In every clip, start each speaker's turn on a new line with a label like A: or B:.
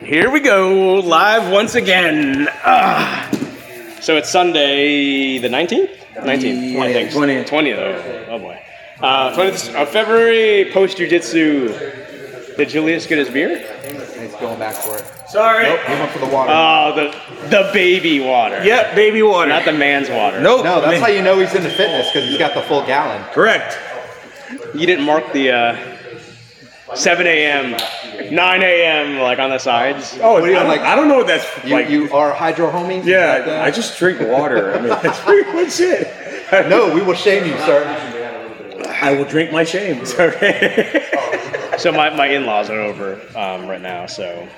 A: Here we go, live once again. Ah. So it's Sunday, the 19th? 19th.
B: Yeah, 20th.
A: 20th. Oh, oh boy. Uh, 20th of February, post Jiu Jitsu. Did Julius get his beer?
B: He's going back for it.
A: Sorry.
B: Nope, he went for the water.
A: Oh, the, the baby water.
C: Yep, baby water.
A: Not the man's water.
C: nope.
B: no, that's
C: man.
B: how you know he's into fitness because he's got the full gallon.
C: Correct.
A: You didn't mark the uh, 7 a.m., 9 a.m., like on the sides.
C: Oh,
B: What do you
C: I, don't,
B: like-
C: I don't know what that's
B: You,
C: like.
B: you are hydro homies?
C: yeah, I, I just drink water. I mean, that's pretty much it. I,
B: No, we will shame you, sir.
C: I will drink my shame. It's okay.
B: Oh,
A: So my, my in laws are over um, right now, so.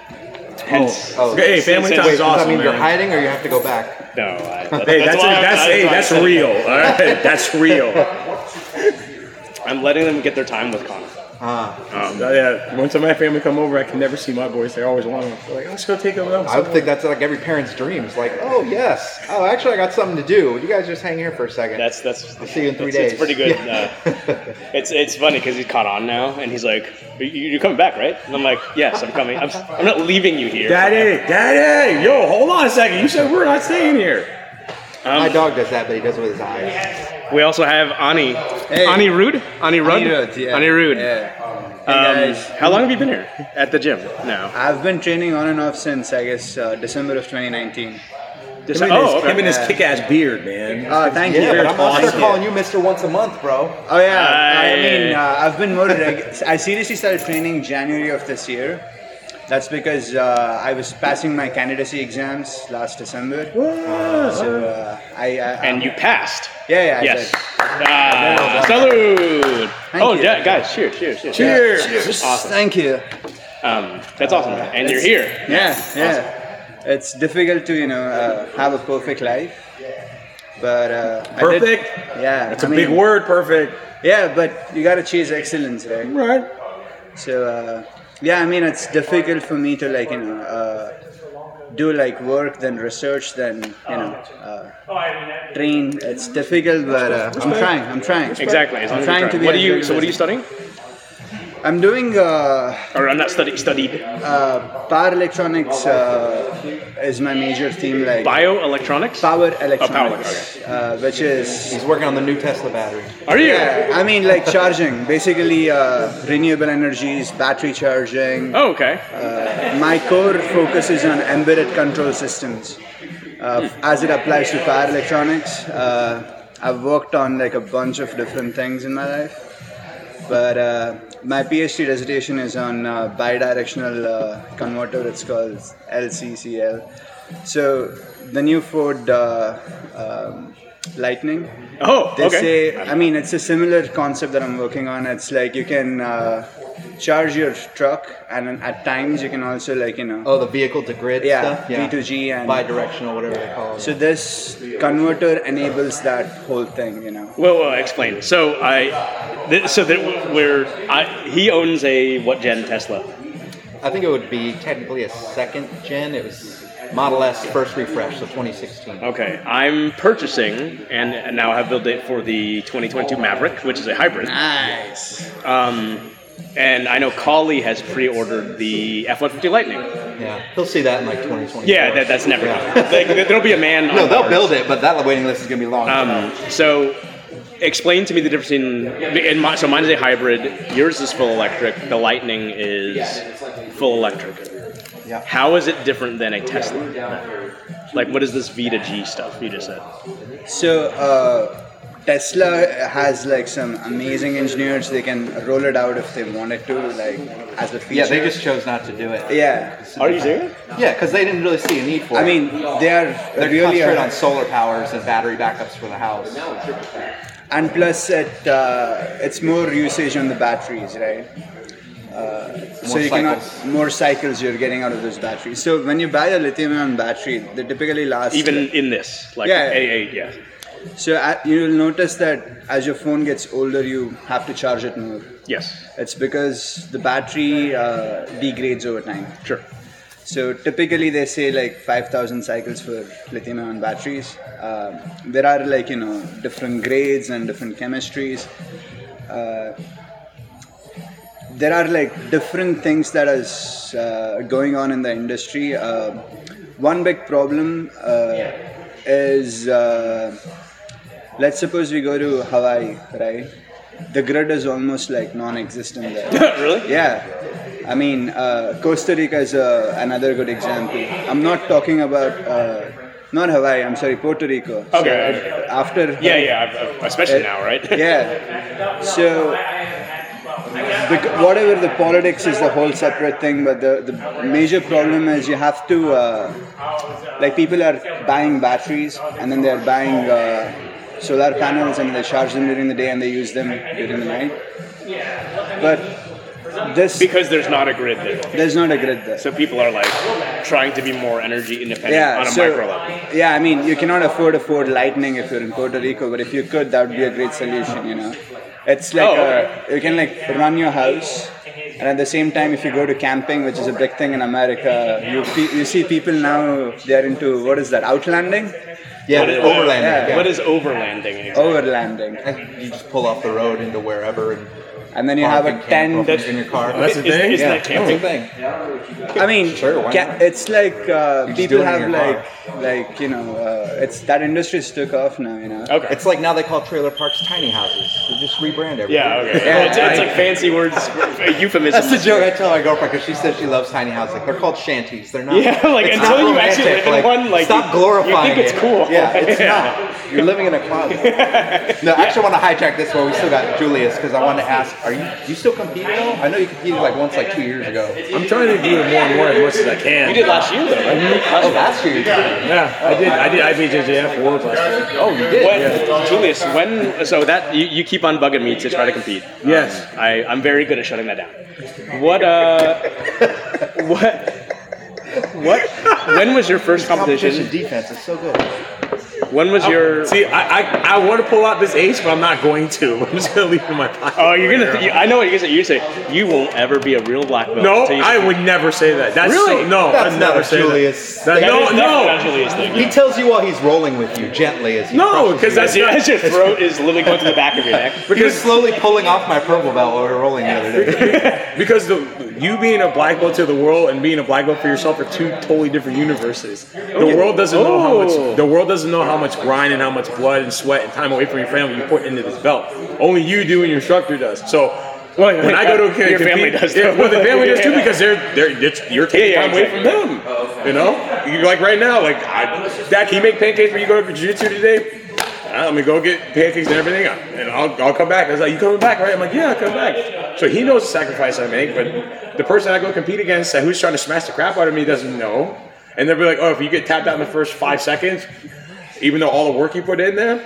A: Hence,
B: Oh.
C: hey, family
A: Wait,
C: time
B: Wait, does
C: is
B: that
C: awesome,
B: mean
C: man.
B: you're hiding or you have to go back?
A: no. I,
C: Hey, that's
A: why I-
C: that's,
A: I-
C: hey,
A: I
C: that's
A: said-
C: real. All right, that's real.
A: I'm letting them get their time with Connor.
C: Um, yeah, once my family come over, I can never see my boys. They're always long. They're like, let's go take a
B: I would think that's like every parent's dreams. Like, oh, yes. Oh, actually, I got something to do. You guys just hang here for a second.
A: That's that's.
B: see you in three
A: it's, it's
B: days.
A: pretty good.
B: Yeah.
A: Uh, it's it's funny because he's caught on now, and he's like, "You- "You're coming back, right?" And I'm like, "Yes, I'm coming. I'm, I'm not leaving you here."
C: Daddy, Daddy, yo, hold on a second. You said we're not staying here.
A: um,
B: My dog does that, but he does it with his eyes.
A: We also have Ani.
D: Hey.
A: Ani Rude. Ani Rude.
D: Anirudh, yeah.
A: Ani Rude.
D: Yeah. Hey,
A: Um,
D: guys.
A: how long have you been here at the gym now?
D: I've been training on and off since I guess uh, December of 2019.
A: Just-
C: him and his,
A: oh,
C: him
A: okay.
C: and his kick-ass beard, man.
D: Uh, thank
B: Yeah,
D: you.
B: but I'm going to start
C: awesome.
B: calling you Mr. Once a Month, bro.
D: Oh yeah. I,
A: Aye.
D: mean, uh, I've been motivated. I seriously started training January of this year. That's because uh, I was passing my candidacy exams last December. So uh, I, I
A: And you passed.
D: yeah yeah I
A: Yes.
D: did.
A: Ah, salute.
D: Thank
A: oh,
D: you.
A: yeah, guys, cheers, cheers, cheers.
C: Cheers.
A: Awesome.
D: Thank you.
A: Um, that's awesome. And you're here.
D: Yeah, yeah. It's difficult to you know uh, have a perfect life, but uh, I did-
C: Perfect?
D: yeah,
C: That's
D: a
C: a big word, perfect.
D: Yeah, but you gotta chase excellence, right?
C: Right.
D: So uh, yeah, I mean it's difficult for me to like you know uh, do like work, then research, then you know uh, train. It's difficult, but uh, I'm trying. I'm trying.
A: Exactly. as long
D: I'm
A: as you're
D: trying to be.
A: What
D: a
A: are you?
D: good
A: So, what are you
D: person.
A: studying?
D: I'm doing uh,
A: Or I'm not study, studied.
D: uh, power electronics uh, is my major theme, like
A: Bioelectronics?
D: power
A: electronics,
D: electronics, uh, which is
B: He's working on the new Tesla battery.
A: Are you?
D: yeah, I mean like charging, basically uh, renewable energies, battery charging.
A: Oh, okay.
D: Uh, my core focuses on embedded control systems uh, as it applies to power electronics. Uh, I've worked on like a bunch of different things in my life, but uh, my PhD dissertation is on uh, bidirectional uh, converter. It's called LCCL. So the new Ford uh, um, Lightning
A: Oh,
D: they
A: okay.
D: say i mean it's a similar concept that i'm working on it's like you can uh, charge your truck and then at times you can also like you know
B: Oh, the vehicle to grid
D: Yeah,
B: stuff?
D: V2G and-
B: bi directional, whatever they call it.
D: so this converter enables that whole thing you know
A: Well, well, explain. So I, th- so that we're, I, he owns a what gen Tesla?
B: I think it would be technically a second gen. It was Model S first refresh, so 2016.
A: Okay, I'm purchasing and now have build date for the 2022 Maverick, which is a hybrid.
D: nice
A: Um, and I know Collie has pre-ordered the F-150 Lightning.
B: Yeah, he'll see that in like 2020.
A: Yeah, that, that's never. Like, there'll be a man.
B: No,
A: on
B: they'll
A: board.
B: build it, but that waiting list is gonna be long.
A: Um, so, explain to me the difference in, in my, so mine is a hybrid. Yours is full electric. The Lightning is full electric.
B: Yeah.
A: How is it different than a Tesla? Like, what is this V to G stuff you just said?
D: so uh, tesla has like some amazing engineers they can roll it out if they wanted to like as a feature
B: yeah, they just chose not to do it.
D: yeah
A: Are you serious?
B: Yeah, because they didn't really see a need for it.
D: i mean uh, they are
B: they're
D: really
B: concentrated
D: a-
B: on solar powers and battery backups for the house.
D: and plus it uh, it's more usage on the batteries right uh, so
B: More
D: you cannot
B: cycles.
D: more cycles you're getting out of those batteries so when you buy a lithium ion battery they typically last
A: Even in this, like,
D: Yeah, yeah.
A: A, a, yeah.
D: so a- you'll notice that as your phone gets older you have to charge it more
A: Yes.
D: it's because the battery uh, degrades over time
A: Sure.
D: So typically they say like 5,000 cycles for lithium ion batteries. Um, there are like, you know, different grades and different chemistries. Uh, there are like different things that is uh, going on in the industry. Uh, one big problem uh, is uh, let's suppose we go to Hawaii, right? The grid is almost like non-existent there.
A: really?
D: Yeah, I mean uh, Costa Rica is uh, another good example. I'm not talking about uh, not Hawaii. I'm sorry, Puerto Rico. So
A: Okay.
D: after
A: Yeah, yeah. I've- I've- Especially now, right?
D: yeah. So the, whatever the politics is the whole separate thing, but the, the major problem is you have to uh, like people are buying batteries and then they're buying uh, solar panels and they charge them during the day and they use them during the night. But this
A: Because there's not a grid there.
D: there's not a grid there.
A: So people are like trying to be more energy independent on a micro level.
D: Yeah, I mean, you cannot afford afford lightning if you're in Puerto Rico, but if you could, that would be a great solution. You know, it's like
A: Oh,
D: uh
A: okay.
D: you can like run your house, and at the same time, if you go to camping, which is a big thing in America, you pe- you see people now they are into what is that outlanding,
B: Yeah,
A: What is-
B: overland.
D: yeah. Oh,
A: What is overlanding? Exactly?
D: overlanding,
B: And you just pull off the road into wherever and
D: and then you have a
B: park and camp
D: tent.
B: in your car.
C: That's the
A: Is-
C: thing.
A: is
C: yeah.
A: that
B: That's
A: camping?
B: the thing.
D: I mean,
B: Sure, why
D: ca-
B: not?
D: it's like uh,
B: just do
D: people
B: it in
D: have
B: your car.
D: like like you know, uh, it's that industry's took off now. You know.
A: Okay.
B: It's like now they call trailer parks tiny houses. They just rebrand everything.
A: yeah. Okay.
D: Yeah,
A: Well, it's, it's
D: I-
A: like fancy words, a euphemism.
B: That's the joke I tell my girlfriend because she says she loves tiny houses. Like, they're called shanties. They're not.
A: Yeah, like,
B: it's
A: until
B: not
A: you actually
B: romantic.
A: live in one, like,
B: stop
A: you- you think
B: glorifying
A: it's
B: it.
A: cool.
B: Yeah, it's
A: Yeah.
B: not. You're living in a closet. No, I actually want to hijack this while we still got Julius because I want to ask: Are you you still competing? though? I know you competed like once, like two years ago.
C: I'm trying to do it more and more as much as I can.
A: You did last year though, right?
B: Oh, last year. you did.
C: Yeah, I did. I did IBJJF Worlds last year.
B: Oh, you did.
A: When, Julius, when so that you, you keep on bugging me to try to compete.
C: Yes.
A: Um, I, I'm very good at shutting that down. What uh what what when was your first
B: Competition
A: competition?
B: defense is so good.
A: When was your
C: Oh, See, I, I, I want to pull out this ace, but I'm not going to. I'm just gonna leave it in my pocket.
A: Oh, you're gonna. Th- you, I know what you're gonna say. You say you won't ever be a real black belt.
C: No,
A: until you-
C: I would never say that. That's
A: Really?
C: so, no,
B: That's
C: I'd
B: not
C: never
B: a
C: say
B: Julius
A: That
C: that. That-
A: is
C: no,
A: definitely
C: no,
A: not Julius thing.
B: He tells you while he's rolling with you gently as he
C: no,
B: crushes
C: because
B: you.
C: that's
A: Yeah,
C: not,
A: as your throat is literally going to the back of your neck.
B: He was
C: because
B: slowly pulling off my purple belt while we were rolling the other day.
C: because the you being a black belt to the world and being a black belt for yourself are two totally different universes. The world doesn't know how
A: Oh.
C: much the world doesn't know how much grind and how much blood and sweat and time away from your family you put into this belt. Only you do, and your instructor does. So. when I go to a
A: Your family does,
C: yeah,
A: though.
C: well, the family does too
A: Yeah.
C: because they're they're it's, you're taking
A: Yeah, yeah,
C: time away from them. You know, you like right now, like I, Dak, can you make pancakes when you go to jiu-jitsu today? I'm gonna go get pancakes and everything, uh, and I'll, I'll come back. I was like, "You coming back, right?" I'm like, "Yeah, I come back." So he knows the sacrifice I make, but the person I go compete against, uh, who's trying to smash the crap out of me, doesn't know. And they'll be like, "Oh, if you get tapped out in the first five seconds, even though all the work you put in there,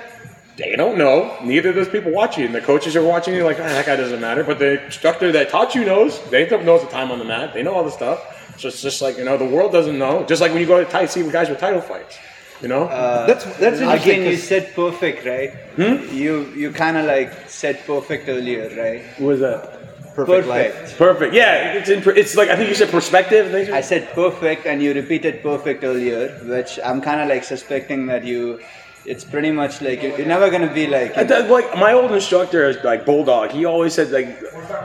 C: they don't know. Neither of those people watch you, and the coaches are watching you. Like, ah, that guy doesn't matter. But the instructor that taught you knows. They don't knows the time on the mat. They know all the stuff. So it's just like you know, the world doesn't know. Just like when you go to tight, see guys with title fights. You know,
E: Uh,
B: That's that's interesting.
D: Again, you
B: 'cause-
D: said perfect, right? You you kind of like said perfect earlier, right?
C: what was that?
B: perfect life.
C: Perfect. Yeah, it's in, it's like I think you said perspective. They
D: I said perfect, and you repeated perfect earlier, which I'm kind of like suspecting that you. It's pretty much like you- you're never gonna be like.
C: I thought, like my old instructor is like bulldog. He always said like,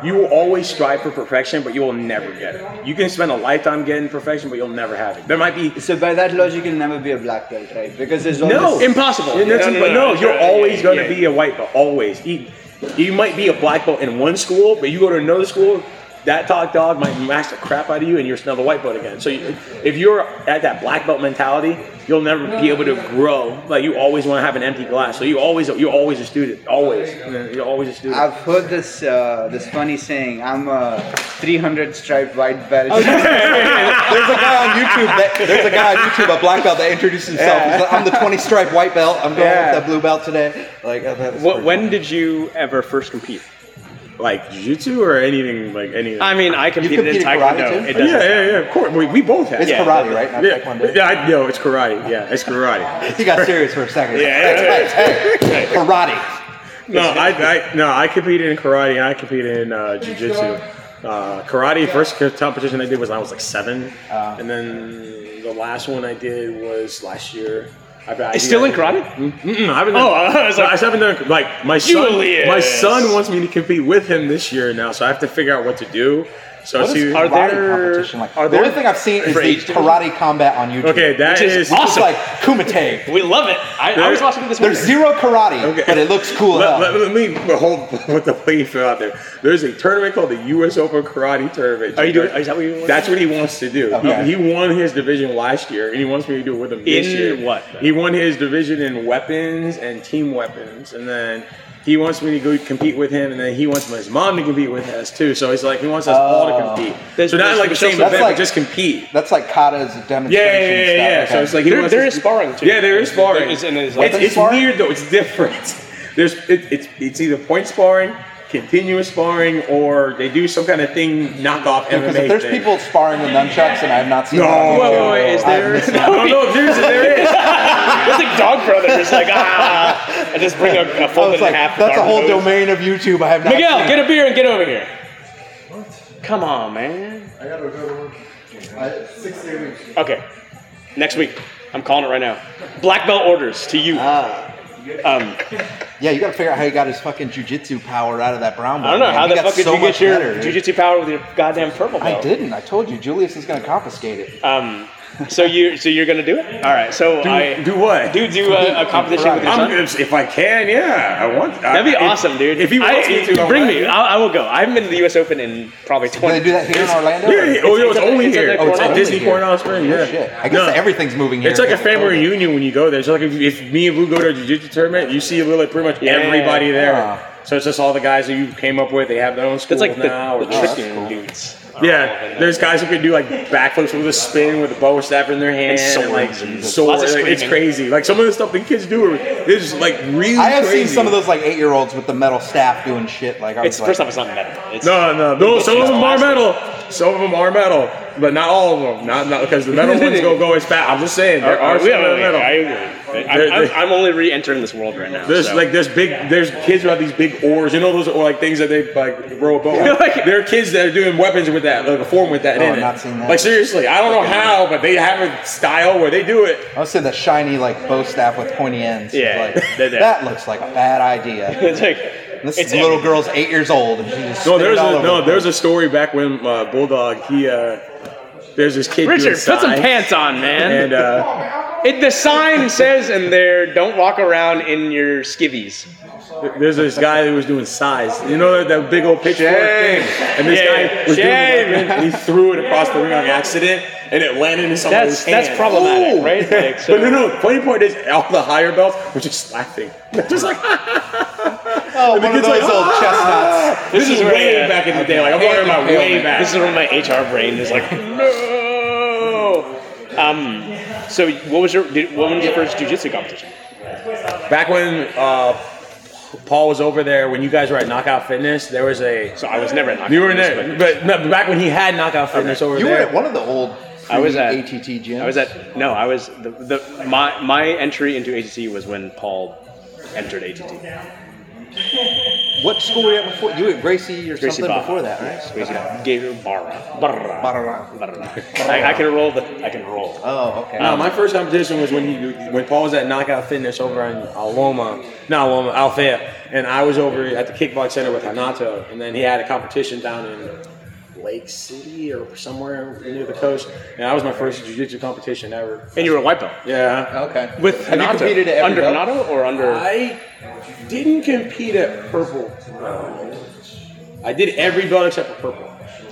C: you will always strive for perfection, but you will never get it. You can spend a lifetime getting perfection, but you'll never have it. There might be
D: So by that logic, you'll never be a black belt, right? Because there's all
C: no
D: this-
C: impossible.
A: Yeah,
C: That's-
A: no, no,
C: but
A: no,
C: no,
A: no,
C: you're
A: yeah,
C: always going to
A: yeah.
C: be a white belt. Always. You, you might be a black belt in one school, but you go to another school. That top dog might mash the crap out of you, and you're still the white belt again. So, you, if you're at that black belt mentality, you'll never be able to grow. Like you always want to have an empty glass. So you always, you're always a student. Always, you're always a student.
D: I've heard this uh, this funny saying. I'm a 300 striped white belt.
B: There's a guy on YouTube. That, there's a guy on YouTube, a black belt, that introduced himself. He's like, I'm the 20 stripe white belt. I'm going
D: Yeah.
B: with the blue belt today. Like, I thought it was
A: What,
B: pretty
A: when
B: funny.
A: did you ever first compete?
C: like jiu-jitsu or anything like anything.
A: I mean, I competed in
B: competed karate,
A: taekwondo.
B: too?
A: It
C: yeah,
A: doesn't.
C: yeah, yeah. Of course, we, we both have.
B: It's
A: yeah,
B: karate, right? Not
C: yeah,
B: taekwondo.
C: yeah. I, no, it's karate. Yeah, it's karate.
B: He got serious for a second. Karate.
C: No, I, I no, I competed in karate and I competed in uh, jiu-jitsu. Uh, karate first competition I did was when I was like seven, and then the last one I did was last year. I've- I-
A: It's still in
C: I-
A: karate?
C: Mm-mm, I haven't.
A: Oh, I was like,
C: I haven't done like my son.
A: Julius.
C: My son wants me to compete with him this year now, so I have to figure out what to do. So
A: What
C: I
A: is-
C: see.
A: are
E: Karate
A: there-
E: competition, like,
A: are
E: the
A: there
E: only thing I've seen is
A: for
E: the
A: age division?
E: karate combat on YouTube.
C: okay, that
A: Which is
C: is.
A: awesome.
E: It's like kumite.
A: We love it. I, I was watching this.
E: There's
A: morning.
E: zero karate,
C: Okay.
E: but it looks cool.
C: Let,
E: enough.
C: let, let me hold what the play feel out there. There's a tournament called the U.S. Open Karate Tournament.
A: Are you doing- is that what you want?
C: That's what he wants to do.
E: Okay.
C: He, he won his division last year, and he wants me to do it with him this
A: In
C: year.
A: what?
C: He won his division in weapons and team weapons, and then he wants me to go compete with him, and then he wants his mom to compete with us too. So he's like, he wants us all to compete.
A: There's-
C: so not
A: there's-
C: like the same
A: that's
C: event, but
E: like-
C: just compete.
E: That's like kata's demonstration.
C: Yeah, yeah, yeah, yeah. yeah.
E: stuff.
C: So
E: okay.
C: it's like he
A: There,
C: wants
A: there
C: us
A: is
C: to-
A: sparring too.
C: yeah, there is sparring.
A: There is- and there's like-
C: it's it's
E: sparring?
C: weird though. It's different. There's it, it's it's either point sparring, continuous sparring, or they do some kind of thing knockoff MMA.
E: Because if there's
C: thing.
E: people sparring with nunchucks and I've not seen
C: No.
E: that on
C: Whoa,
E: YouTube,
C: whoa, whoa, is
E: I've
A: there-
E: missed
C: I
E: out.
C: don't know if there's there is.
A: It's like Dog Brothers. Like ah, and just bring a, a
E: I
A: fold
E: was
A: and
E: like,
A: a half.
E: that's a
A: Dog
E: whole
A: Brothers.
E: domain of YouTube I have not
A: Miguel,
E: seen.
A: get a beer and get over here. Come on, man. I gotta go to work. Okay, next week. I'm calling it right now. Black belt orders to you.
E: Ah.
A: Um,
E: Yeah, you gotta figure out how he got his fucking jujitsu power out of that brown belt.
A: I don't know
E: man.
A: how
E: He
A: the
E: got
A: fuck did
E: so
A: you get
E: much
A: your
E: better, dude.
A: jujitsu power with your goddamn purple belt?
E: I didn't. I told you, Julius is gonna confiscate it.
A: Um, so you so you're gonna do it? All right. So I
C: Do what?
A: do do uh, a, a competition with your
C: I'm
A: son.
C: gonna, if I can, yeah, I want.
A: That'd be awesome, dude.
C: If he wants
A: I,
C: me to, I'm
A: bring
C: like-
A: me. I, I will go. I haven't been to the U.S. Open in probably
E: Do they
A: 20.
E: do that here in Orlando?
C: Yeah, yeah, oh, yo,
A: it's
C: it's,
A: at the-
C: only
A: it's at
C: here.
A: the Oh, it's Coronado.
E: only
C: Disney
E: here.
C: Coronado Springs. Yeah.
E: Shit. I guess
C: No.
E: everything's moving here.
C: It's like a
E: because of
C: family
E: COVID.
C: reunion when you go there. It's like if, if me and Lou go to a jiu-jitsu tournament, you see literally pretty much
A: Yeah.
C: everybody there.
E: Yeah.
C: So it's just all the guys that you came up with. They have their own school
A: That's like the,
C: now.
A: the
C: or just-
A: tricking dudes.
C: yeah, there's guys who can do like backflips with a spin with a boa staff in their hand.
A: And
C: And like,
A: swords and-
C: swords.
A: Lots of
C: Like, it's
A: screaming.
C: crazy. Like some of the stuff the kids do is like really
E: I have
C: crazy.
E: seen some of those like eight year olds with the metal staff doing shit. Like I was
A: It's
E: like,
A: first off, it's not metal. It's,
C: No, no, no. Some of them are
A: Plastic.
C: metal. Some of them are metal, but not all of them. Not not because the metal ones go go as fast. I'm just saying there are
A: Alright,
C: some
A: wait,
C: that
A: wait,
C: are
A: wait,
C: metal.
A: I agree.
C: There-
A: I'm, I'm,
C: there-
A: I'm only re-entering this world right now.
C: There's
A: so.
C: like there's big there's kids who have these big oars. You know those or like things that they like row a boat. with?
A: Like-
C: there are kids that are doing weapons with that, like a form with that
E: Oh,
C: in
E: I've
C: it.
E: not seen that.
C: Like seriously, I don't know how, but they have a style where they do it.
E: I was saying the shiny like bow staff with pointy ends.
A: Yeah,
E: Like,
A: they're there.
E: that looks like a bad idea.
A: it's like
E: This
A: it's
E: little
A: every-
E: girl's eight years old, and she just spit
C: No,
E: it
C: there's
E: all
C: a
E: over
C: no,
E: the
C: there's a
E: place.
C: story back when uh, Bulldog he uh, there's this kid
A: Richard,
C: doing
A: put some
C: sign,
A: pants on, man.
C: and uh,
A: it, the sign says in there, "Don't walk around in your skivvies."
C: there's this guy who was doing size. You know that, that big old pitchfork
A: Shame.
C: thing, and this
A: Yeah,
C: guy was
A: shame.
C: doing it, and he threw it across the ring on accident, and it landed in somebody's
A: That's
C: hand.
A: that's problematic,
C: Ooh.
A: right? Like, so,
C: But no, no. Funny part is, all the higher belts were just laughing, just like
E: oh, one of
C: it's
E: those
C: like,
E: old chestnuts.
C: this,
A: is
C: is
A: where-
C: way
A: yeah.
C: back in the day. Like I'm talking about way back.
A: This is when my HR brain is like, no. Um, so what was your did, what was your first jujitsu competition?
C: back when uh, Paul was over there when you guys were at Knockout Fitness. There was a
A: So I was never at
C: you were in
A: Knockouts,
C: there, but no, back when he had Knockout Fitness over
E: You were
C: there.
E: at one of the old
A: I was at
E: ATT gyms.
A: I was at no, I was the, the my my entry into ATT was when Paul entered ATT.
E: what school were you at before? You were at Gracie or
A: Gracie
E: something
A: Barra.
E: before that, right?
A: Gracie Gabriel Barra. Barra.
E: Barra.
A: Barra. I, I can roll the I can roll.
E: Oh, okay.
A: Uh,
C: No, uh, my first competition was when he when Paul was at Knockout Fitness over in Aloma, not Aloma, Althea, and I was over at the Kickbox Center with Hanato, and then he had a competition down in Lake City or somewhere near the coast, and that was my first jiu-jitsu competition ever.
A: And you were a white belt.
C: Yeah.
E: okay.
A: With
E: Have you
A: Hanato.
E: competed at
A: under
E: every belt?
A: Hanato or under
C: I didn't compete at purple. I did every belt except for purple.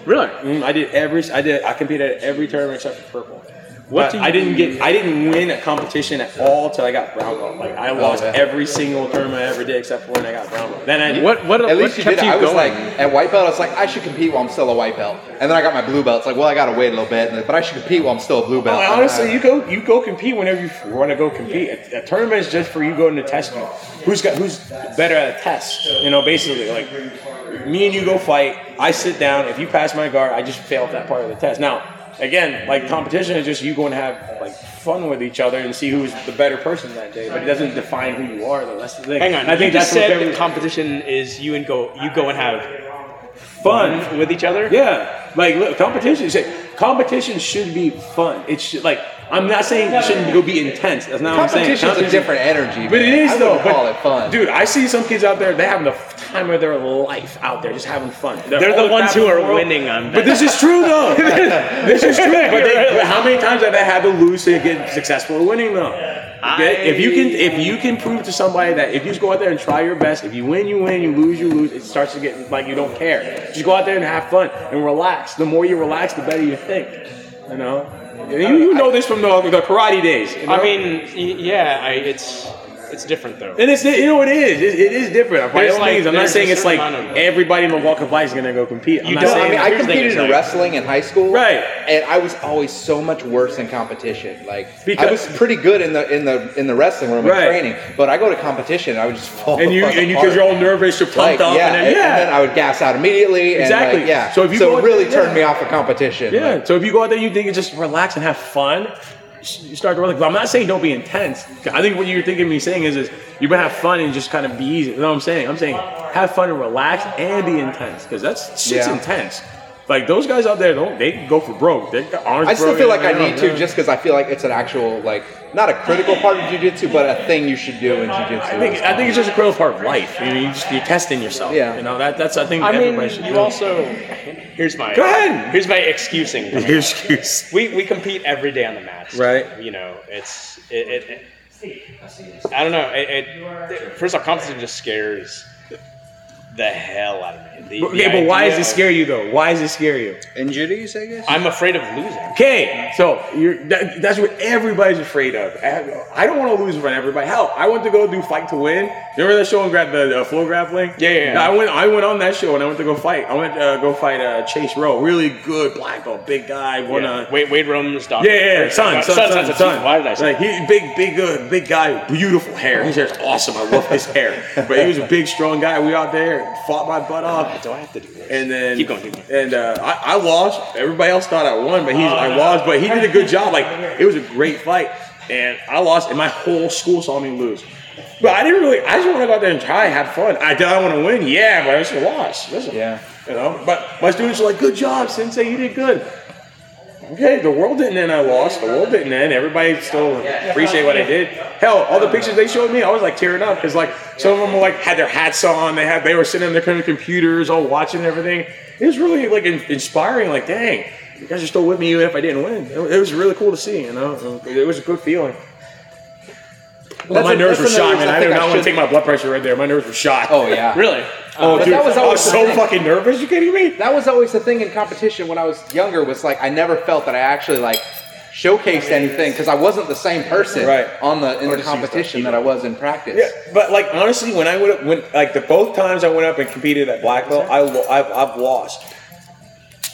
A: Really?
C: Mm, I did every. I did. I competed at every tournament except for purple.
A: What
C: What
A: do you-
C: I didn't get. I didn't win a competition at all till I got brown belt. Like I lost
E: yeah.
C: every single tournament I ever did except for when I got brown belt. Then I
A: What what
E: At
A: what
E: least you
A: kept
E: did. it. I was
A: going?
E: like, at white belt, I was like, I should compete while I'm still a white belt. And then I got my blue belt. It's like, well, I gotta wait a little bit, and- but I should compete while I'm still a blue
C: No,
A: Oh,
E: belt.
C: and Oh, honestly, you go you go compete whenever you want to go compete. A, a tournament is just for you going to test you. Who's got who's better at a test? You know, basically like me and you go fight. I sit down. If you pass my guard, I just failed that part of the test. Now again, like competition is just you going to have like fun with each other and see who's the better person that day. But it doesn't define who you are. Though that's the thing.
A: Hang on,
C: I think
A: you just
C: that's what
A: said
C: every-
A: the competition is you and go you go and have
C: fun
A: with each other?
C: Yeah, like look, competition. is- competition should be fun. It should like I'm not saying it shouldn't go be intense. That's not what I'm saying.
B: Competition's a different energy,
C: But it
B: man.
C: is
B: I wouldn't
C: though. but-
B: call it fun.
C: dude. I see some kids out there; they having the f- time of their life out there, just having fun.
A: They're the
C: all
A: ones
C: happy
A: who
C: in the
A: are
C: world.
A: winning, I'm
C: But this is true though. this is true. But, they, but how many times have they had to lose to get successful at winning though? Okay? if you can, if you can prove to somebody that if you just go out there and try your best, if you win, you win; you lose, you lose. It starts to get like you don't care. Just go out there and have fun and relax. The more you relax, the better you think. You know. And You, you know this from the, the karate days. you know?
A: I mean, y- yeah, I, it's it's different though.
C: And it's you know it is it, it is different. By
A: There's
C: all
A: like-
C: means, I'm not
A: there's
C: saying
A: a
C: it's
A: certain
C: like
A: amount of-
C: everybody in the walk of life is gonna go compete. I'm
A: You
C: not
A: don't-
B: No, I
C: saying
B: mean, I
A: here's the thing,
B: competed
A: it's
B: in
A: like-
B: wrestling in high school,
C: Right.
B: And I was always so much worse in competition. Like
C: Because-
B: I was pretty good in the in the in the wrestling room
C: Right.
B: and training, but I go to competition and I would just fall.
C: and you
B: apart.
C: and you because you're all nervous, you're
B: like,
C: pumped up,
B: yeah,
C: and then, yeah.
B: then I would gas out immediately. And
C: Exactly.
B: Like, yeah.
C: So if you go
B: so
C: out
B: it really
C: there-
B: turned me off of competition.
C: Yeah.
B: Like,
C: so if you go out there, you think it's just relax and have fun. s- You start to relax. But I'm not saying don't be intense. I think what you're thinking me saying is, is you're gonna have fun and just kind of be easy. You know what I'm saying? I'm saying have fun and relax and be intense because that's shit's
B: Yeah.
C: intense. Like those guys out there, don't they go for broke? They got arms
B: I still
C: broken,
B: feel like I
C: you know,
B: need to
C: yeah.
B: just because I feel like it's an actual like not a critical part of jujitsu, but a thing you should do in jujitsu.
C: I think, I think it's just a critical part of life. You know, you just, you're testing yourself.
B: Yeah.
C: You know, that, that's, I think,
A: I
C: everybody
A: mean,
C: should
A: you
C: do.
A: also here's my
C: Go ahead.
A: here's my excusing.
C: Your excuse.
A: We we compete every day on the mats,
C: Right.
A: You know, it's it. it, it I don't know. It, it, first off, competition just scares the hell out of me. The- the
C: Okay, but why does
A: idea
C: it
A: of-
C: scare you, though? Why does it scare you?
D: Injuries, I guess.
A: I'm afraid of losing.
C: Okay, so you're, that, that's what everybody's afraid of. I, I don't want to lose in front of everybody. Hell, I went to go do fight to win. Remember that show and grab the uh, flow grappling?
A: Yeah, yeah, yeah.
C: I went, I went on that show and I went to go fight. I went to uh, go fight uh, Chase Rowe, really good black belt, big guy. Won
A: Yeah.
C: a,
A: Wade, Wade Rome's doctor.
C: Yeah, yeah, yeah. Son, son, son, son,
A: son, Why did I say
C: Like, he, big, big, uh, big guy, beautiful hair. His hair's awesome. I love his hair. But he was a big, strong guy. We out there, fought my butt off.
A: Do I have to do this?
C: And then
A: Keep going, keep going.
C: And uh, I, I lost. Everybody else thought I won, but he, I lost. But he did a good job. Like it was a great fight, and I lost. And my whole school saw me lose. But I didn't really. I just want to go out there and try, have fun. I did. I want to win. Yeah, but I just lost. Listen,
B: Yeah.
C: you know. But my students were like, "Good job, Sensei. You did good." Okay, the world didn't end. I lost. The world didn't end. Everybody still appreciate what I did. Hell, all the pictures they showed me, I was like tearing up because like some of them were like had their hats on. They had they were sitting on their kind of computers, all watching everything. It was really like in- inspiring. Like, dang, you guys are still with me even if I didn't win. It, it was really cool to see. You know, it was a good feeling. Well,
B: That's
C: my
B: a-
C: nerves
B: that's
C: were
B: another
C: shot, man.
B: reason I
C: I did
B: think I
C: not want to
B: should-
C: take my blood pressure right there. My nerves were shot.
B: Oh yeah.
A: really?
C: Oh,
B: But
C: dude,
B: that was
C: I was
B: always the
C: so
B: thing.
C: fucking nervous. You kidding me?
B: that was always the thing in competition when I was younger was like I never felt that I actually like showcased anything because I wasn't the same person
C: Right.
B: on the in
C: Or
B: the
C: to see
B: competition that I was in practice.
C: Yeah, but like honestly, when I went up, when like the both times I went up and competed at black belt, I lo- I've, I've lost.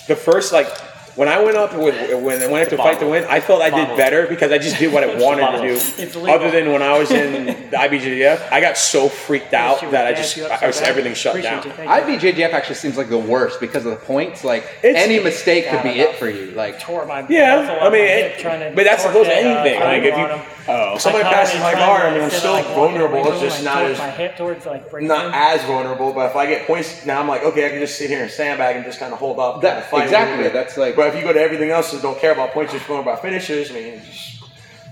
C: The first like when I went up with when I went up to fight to win, I felt I did better because I just did what I wanted to do. Other than when I was in the IBJJF, I got so freaked out that I just I was everything shut down.
B: IBJJF actually seems like the worst because of the points. Like
C: It's-
B: any mistake could be it for you. Like
F: tore my
C: Yeah, I mean, it- but that's
F: supposed
C: supposed to anything. Like, if you- oh, somebody passes my bar, I mean, I'm still vulnerable. It's just not as-
F: my hip towards like breaking.
C: Not as vulnerable, but if I get points now, I'm like, okay, I can just sit here and sandbag and just kind of hold up.
B: That-
C: kinda fight
B: exactly,
C: a little bit.
B: that's like-
C: But if you go to everything else and don't care about points, you're just going about finishes. I mean, it's just,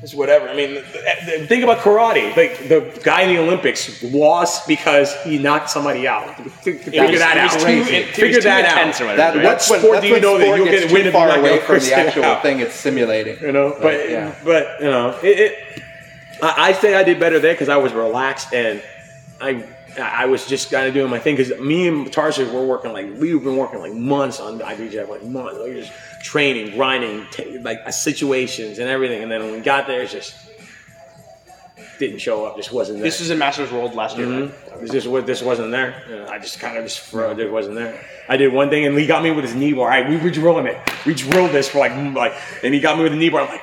C: it's whatever. I mean, th- th- think about karate. Like the guy in the Olympics lost because he knocked somebody out. Figure
A: was-
C: that
A: it was
C: out.
A: too- it- it
C: Figure
A: was too
C: that
A: intense
C: out.
A: or whatever.
B: that,
A: What
B: that's
C: sport
B: when,
C: do you
B: that's
C: know
B: when
C: that you'll
B: sport
C: get
B: gets
C: to win
B: too
C: if
B: far
C: you knock
B: away
C: out
B: from
C: Chris
B: the actual
C: out?
B: thing it's simulating?
C: You know, but
B: But, yeah.
C: but you know, it, it, I, I say I did better there because I was relaxed and I I was just kind of doing my thing because me and Tarzan were working like we've been working like months on IBJJF like months. Like, just training, grinding, t- like uh, situations and everything. And then when we got there, it just didn't show up. Just wasn't there.
A: This was in Masters World last year. right?
C: This just wa- this wasn't there. You know, I just kind of just fro- it wasn't there. I did one thing and Lee got me with his knee bar. I, we were drilling it. We drilled this for like mm, like, and he got me with the knee bar. I'm like,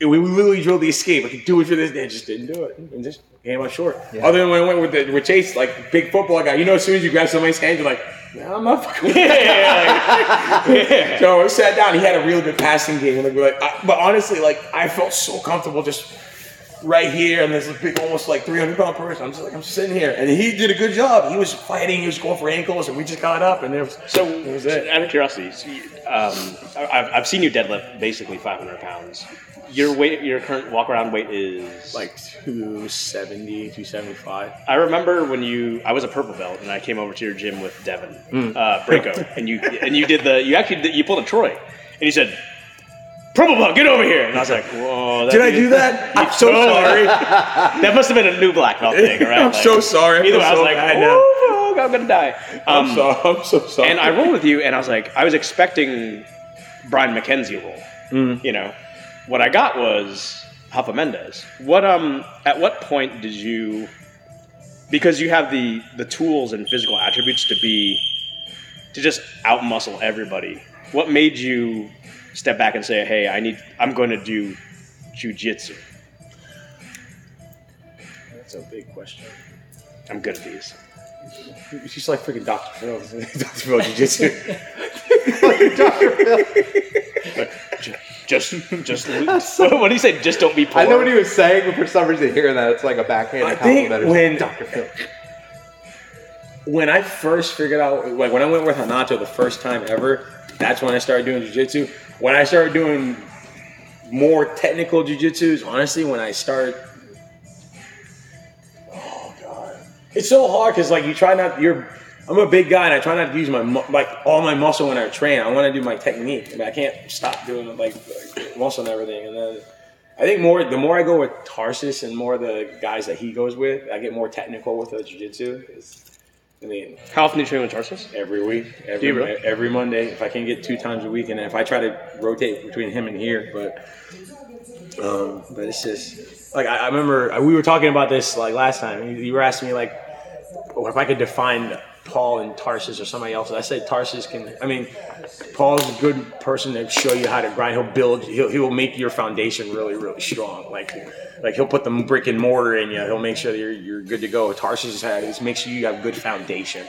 C: and we literally drilled the escape. I could do it for this day. I just didn't do it and just came out short. Other than when I went with the, with Chase, like big football guy. You know, as soon as you grab somebody's hand, you're like. "Nah, I'm not fucking with that." So we sat down. He had a real good passing game. Like, we're like, I, but honestly, like I felt so comfortable just right here, and there's a big, almost like 300 pound person. I'm just like, I'm sitting here, and he did a good job. He was fighting, he was going for ankles, and we just got up, and there was
A: So,
C: That was it.
A: out of curiosity, so you- um, I've, I've seen you deadlift basically 500 pounds. Your weight, your current walk around weight is
C: like 270, 275.
A: I remember when you, I was a purple belt, and I came over to your gym with Devin
G: Hmm.
A: uh, Braco, and you and you did the, you actually did, you pulled a Troy, and you said, "Purple belt, get over here," and I was like, "Whoa!"
G: Did I do that? I'm so sorry.
A: that must have been a new black belt thing, right?
G: I'm so sorry. I
A: Either way,
G: feel
A: I was
G: so
A: like,
G: bad now.
A: "Oh, fuck, I'm gonna die." Um,
G: I'm, so, I'm so sorry.
A: and I rolled with you, and I was like, I was expecting Brian McKenzie roll. You know, what I got was Hapa Mendez. What um, at what point did you? Because you have the the tools and physical attributes to be to just outmuscle everybody. What made you step back and say, "Hey, I need. I'm going to do jujitsu."
C: That's a big question.
A: I'm good at these.
C: She's like freaking Dr. Phil. Dr. Phil Jiu Jitsu.
A: Just, just. what do you say? Just don't be poor.
E: I know what he was saying, but for some reason, hearing that, it's like a backhanded
C: I think
E: compliment. or
C: when-
E: Dr. Phil.
C: when I first figured out, like when I went with Hanato the first time ever, that's when I started doing jiu-jitsu. When I started doing more technical jiu-jitsu is honestly when I started. Oh god, it's so hard because like you try not you're. I'm a big guy and I try not to use my mu- like all my muscle when I train. I want to do my technique, but I can't stop doing like muscle and everything. And then I think more the more I go with Tarsus and more the guys that he goes with, I get more technical with the jiu-jitsu. It's- I mean,
A: How often do you train with Tarsus?
C: every week, every
A: you really?
C: every Monday. If I can get two times a week, and if I try to rotate between him and here, but um, but it's just like I, I remember I, we were talking about this like last time. You, you were asking me like, oh, if I could define Paul and Tarsus or somebody else. I said Tarsus can. I mean, Paul's a good person to show you how to grind. He'll build. He'll he'll make your foundation really really strong. Like like he'll put the brick and mortar in you. He'll make sure that you're you're good to go. Tarsus has make sure you have good foundation.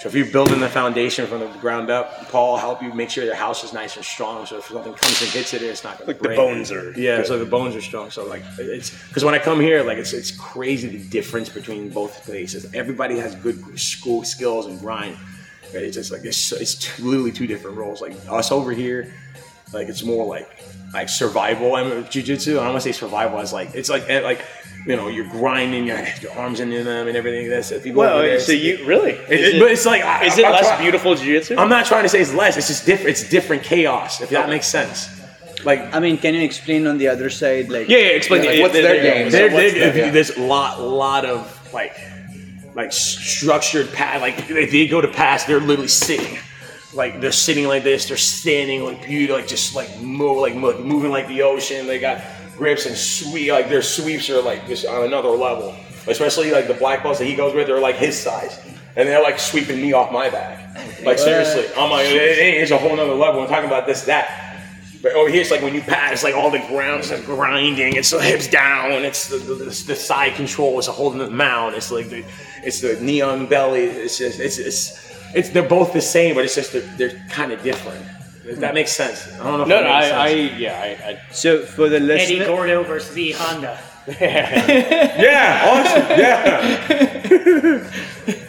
C: So if you're building the foundation from the ground up, Paul will help you make sure your house is nice and strong. So if something comes and hits it, it's not going to
A: Like the bones are
C: yeah. So the bones are strong. So like it's because when I come here, like it's it's crazy the difference between both places. Everybody has good school skills and grind. But It's just like it's so- it's two, literally two different roles. Like us over here, like it's more like like survival and jujitsu. I don't want to say survival. It's like it's like eh, like you know you're grinding your, your arms into them and everything. That's if you go over there,
A: Well, so
C: it's-
A: you really?
C: it-
A: Is
C: it- but it's like I-
A: is it
C: I'm
A: less
C: try-
A: beautiful jiu-jitsu?
C: I'm not trying to say it's less. It's just different. It's different chaos. If that makes sense. Like
D: I mean, can you explain on the other side, like
A: yeah, yeah, explain.
E: like,
A: it.
E: what's
A: Yeah,
E: their
A: yeah, yeah.
E: game?
C: There,
E: So what's
C: there-
E: the- yeah.
C: there's a lot, lot of like, like structured pass. Like if they go to pass, they're literally sitting. Like they're sitting like this. They're standing like beauty, like just like move, like mo- moving like the ocean. They got grips and sweep. Like their sweeps are like just on another level. Especially like the black balls that he goes with are like his size, and they're like sweeping me off my back. Like seriously, I'm like, it- it- it's a whole nother level. I'm talking about this, that. But over here, it's like when you pass, it's like all the ground's like grinding. It's the hips down. It's the, the, the, the side control. It's a holding the mount. It's like the, it's the neon belly. It's just it's it's it's they're both the same, but it's just they're, they're kind of different. If that makes sense, I don't know. If
A: No,
C: that
A: no,
C: makes
A: I, I,
C: sense.
A: yeah,
D: so for the
H: Eddie
D: listener,
H: Gordo versus E Honda.
G: yeah, honestly, yeah.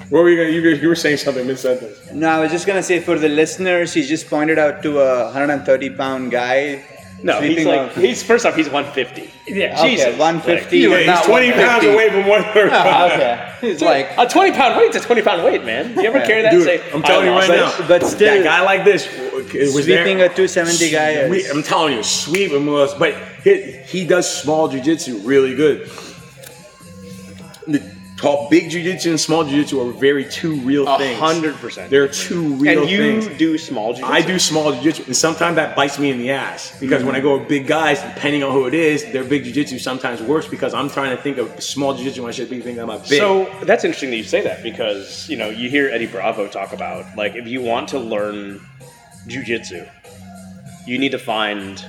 G: what were you gonna? You, were- you were saying something mid sentence.
D: no, I was just gonna say for the listeners, he just pointed out to a 130 pound guy.
A: I, no, he's
D: sleeping
A: like,
D: on-
A: he's first off, he's 150.
H: Yeah.
F: Oh.
D: okay,
A: Jesus,
D: 150.
E: You
D: or
G: Yeah,
E: are
G: he's
E: not
G: twenty pounds
E: 150.
G: away from one third.
E: Okay. He's like,
A: a 20 pound weight's a 20 pound weight, man. You ever carry that? and
G: Dude,
A: say,
G: I'm telling
A: I
G: you
A: lost
G: right
A: it?
G: now.
D: but still,
C: that guy like this it was there.
D: sweeping a 270 guy. is-
C: Sweep- I'm telling you, sweep him was, but he, he does small jujitsu really good. The tall, big jujitsu and small jujitsu are very two real
A: A
C: things.
A: hundred percent.
C: They're two real
A: And you
C: things.
A: do small jiu-jitsu.
C: I do small jujitsu, and sometimes that bites me in the ass because when I go with big guys, depending on who it is, their big jujitsu sometimes works because I'm trying to think of small jujitsu when I should be thinking about big.
A: So that's interesting that you say that because you know you hear Eddie Bravo talk about like if you want to learn jujitsu, you need to find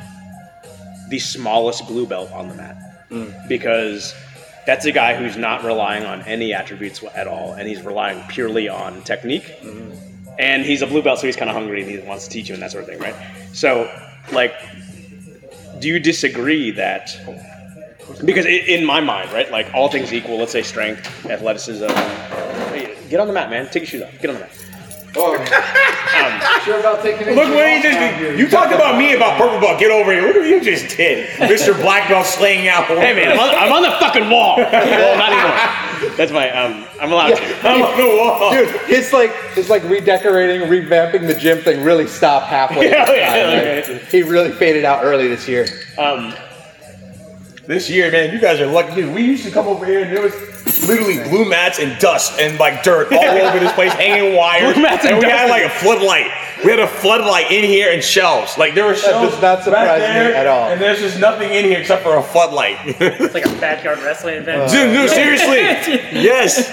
A: the smallest blue belt on the mat because that's a guy who's not relying on any attributes at all, and he's relying purely on technique. And he's a blue belt, so he's kind of hungry and he wants to teach you and that sort of thing, right? So, like, do you disagree that because i in my mind, right, like all things equal, let's say strength, athleticism. Hey, Get on the mat, man. Take your shoes off. Get on the mat.
E: oh,
B: sure about taking it.
C: Look what he just You talked about me about purple belt. Get over here. Look what you just did. Mr. Black Belt slaying out.
A: Hey man, I'm on, I'm on the fucking wall. Well, not anymore. That's my. Um, I'm allowed to.
C: I'm on the wall.
B: Dude, it's like it's like redecorating, revamping the gym thing. Really stopped halfway.
A: Yeah,
B: this
A: yeah,
B: time,
A: like-
B: right? He really faded out early this year.
A: Um,
C: This year, man, you guys are lucky. Dude, we used to come over here and there was literally blue mats and dust and like dirt all over this place, hanging wires.
A: Blue mats and
C: we had
A: dust.
C: like a floodlight. We had a floodlight in here and shelves. Like there were shelves.
B: does not
C: back
B: surprise me
C: there,
B: at all.
C: And there's just nothing in here except for a floodlight.
I: It's like a backyard wrestling event.
C: Dude, no, seriously. yes.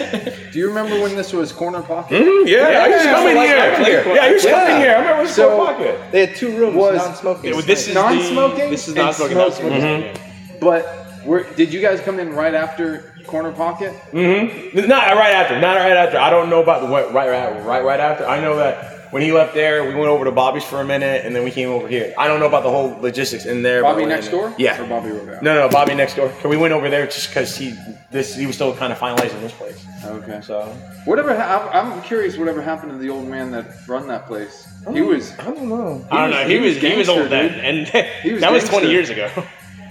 B: Do you remember when this was corner pocket?
C: Yeah, I used to come in
B: like, I played
C: here.
B: quad-
C: Yeah, I used to come in
B: Yeah.
C: here. I remember it was
B: So
C: so pocket.
B: they had two rooms,
D: Was-
B: non-smoking.
H: Yeah, this is the-
B: non-smoking.
H: this is
B: and
H: non-smoking, that was
B: smoking.
A: Mm-hmm.
B: But were, did you guys come in right after corner pocket?
C: Not right after. Not right after. I don't know about the what, right, right, right, right after. I know that when he left there, we went over to Bobby's for a minute, and then we came over here. I don't know about the whole logistics in there.
B: Bobby
C: but-
B: next door.
C: Yeah.
B: Or Bobby Rogal.
C: No, no, Bobby next door. 'Cause We went over there just because he this he was still kind of finalizing this place.
B: Okay.
C: So
B: Whatever. Ha- I'm, I'm curious. Whatever happened to the old man that run that place?
C: Oh.
B: He was,
C: I don't know.
A: Mm-hmm. I don't know. He was he was
B: gangster,
A: old then,
B: dude. He
A: and
B: was
A: that was 20
B: gangster.
A: years ago.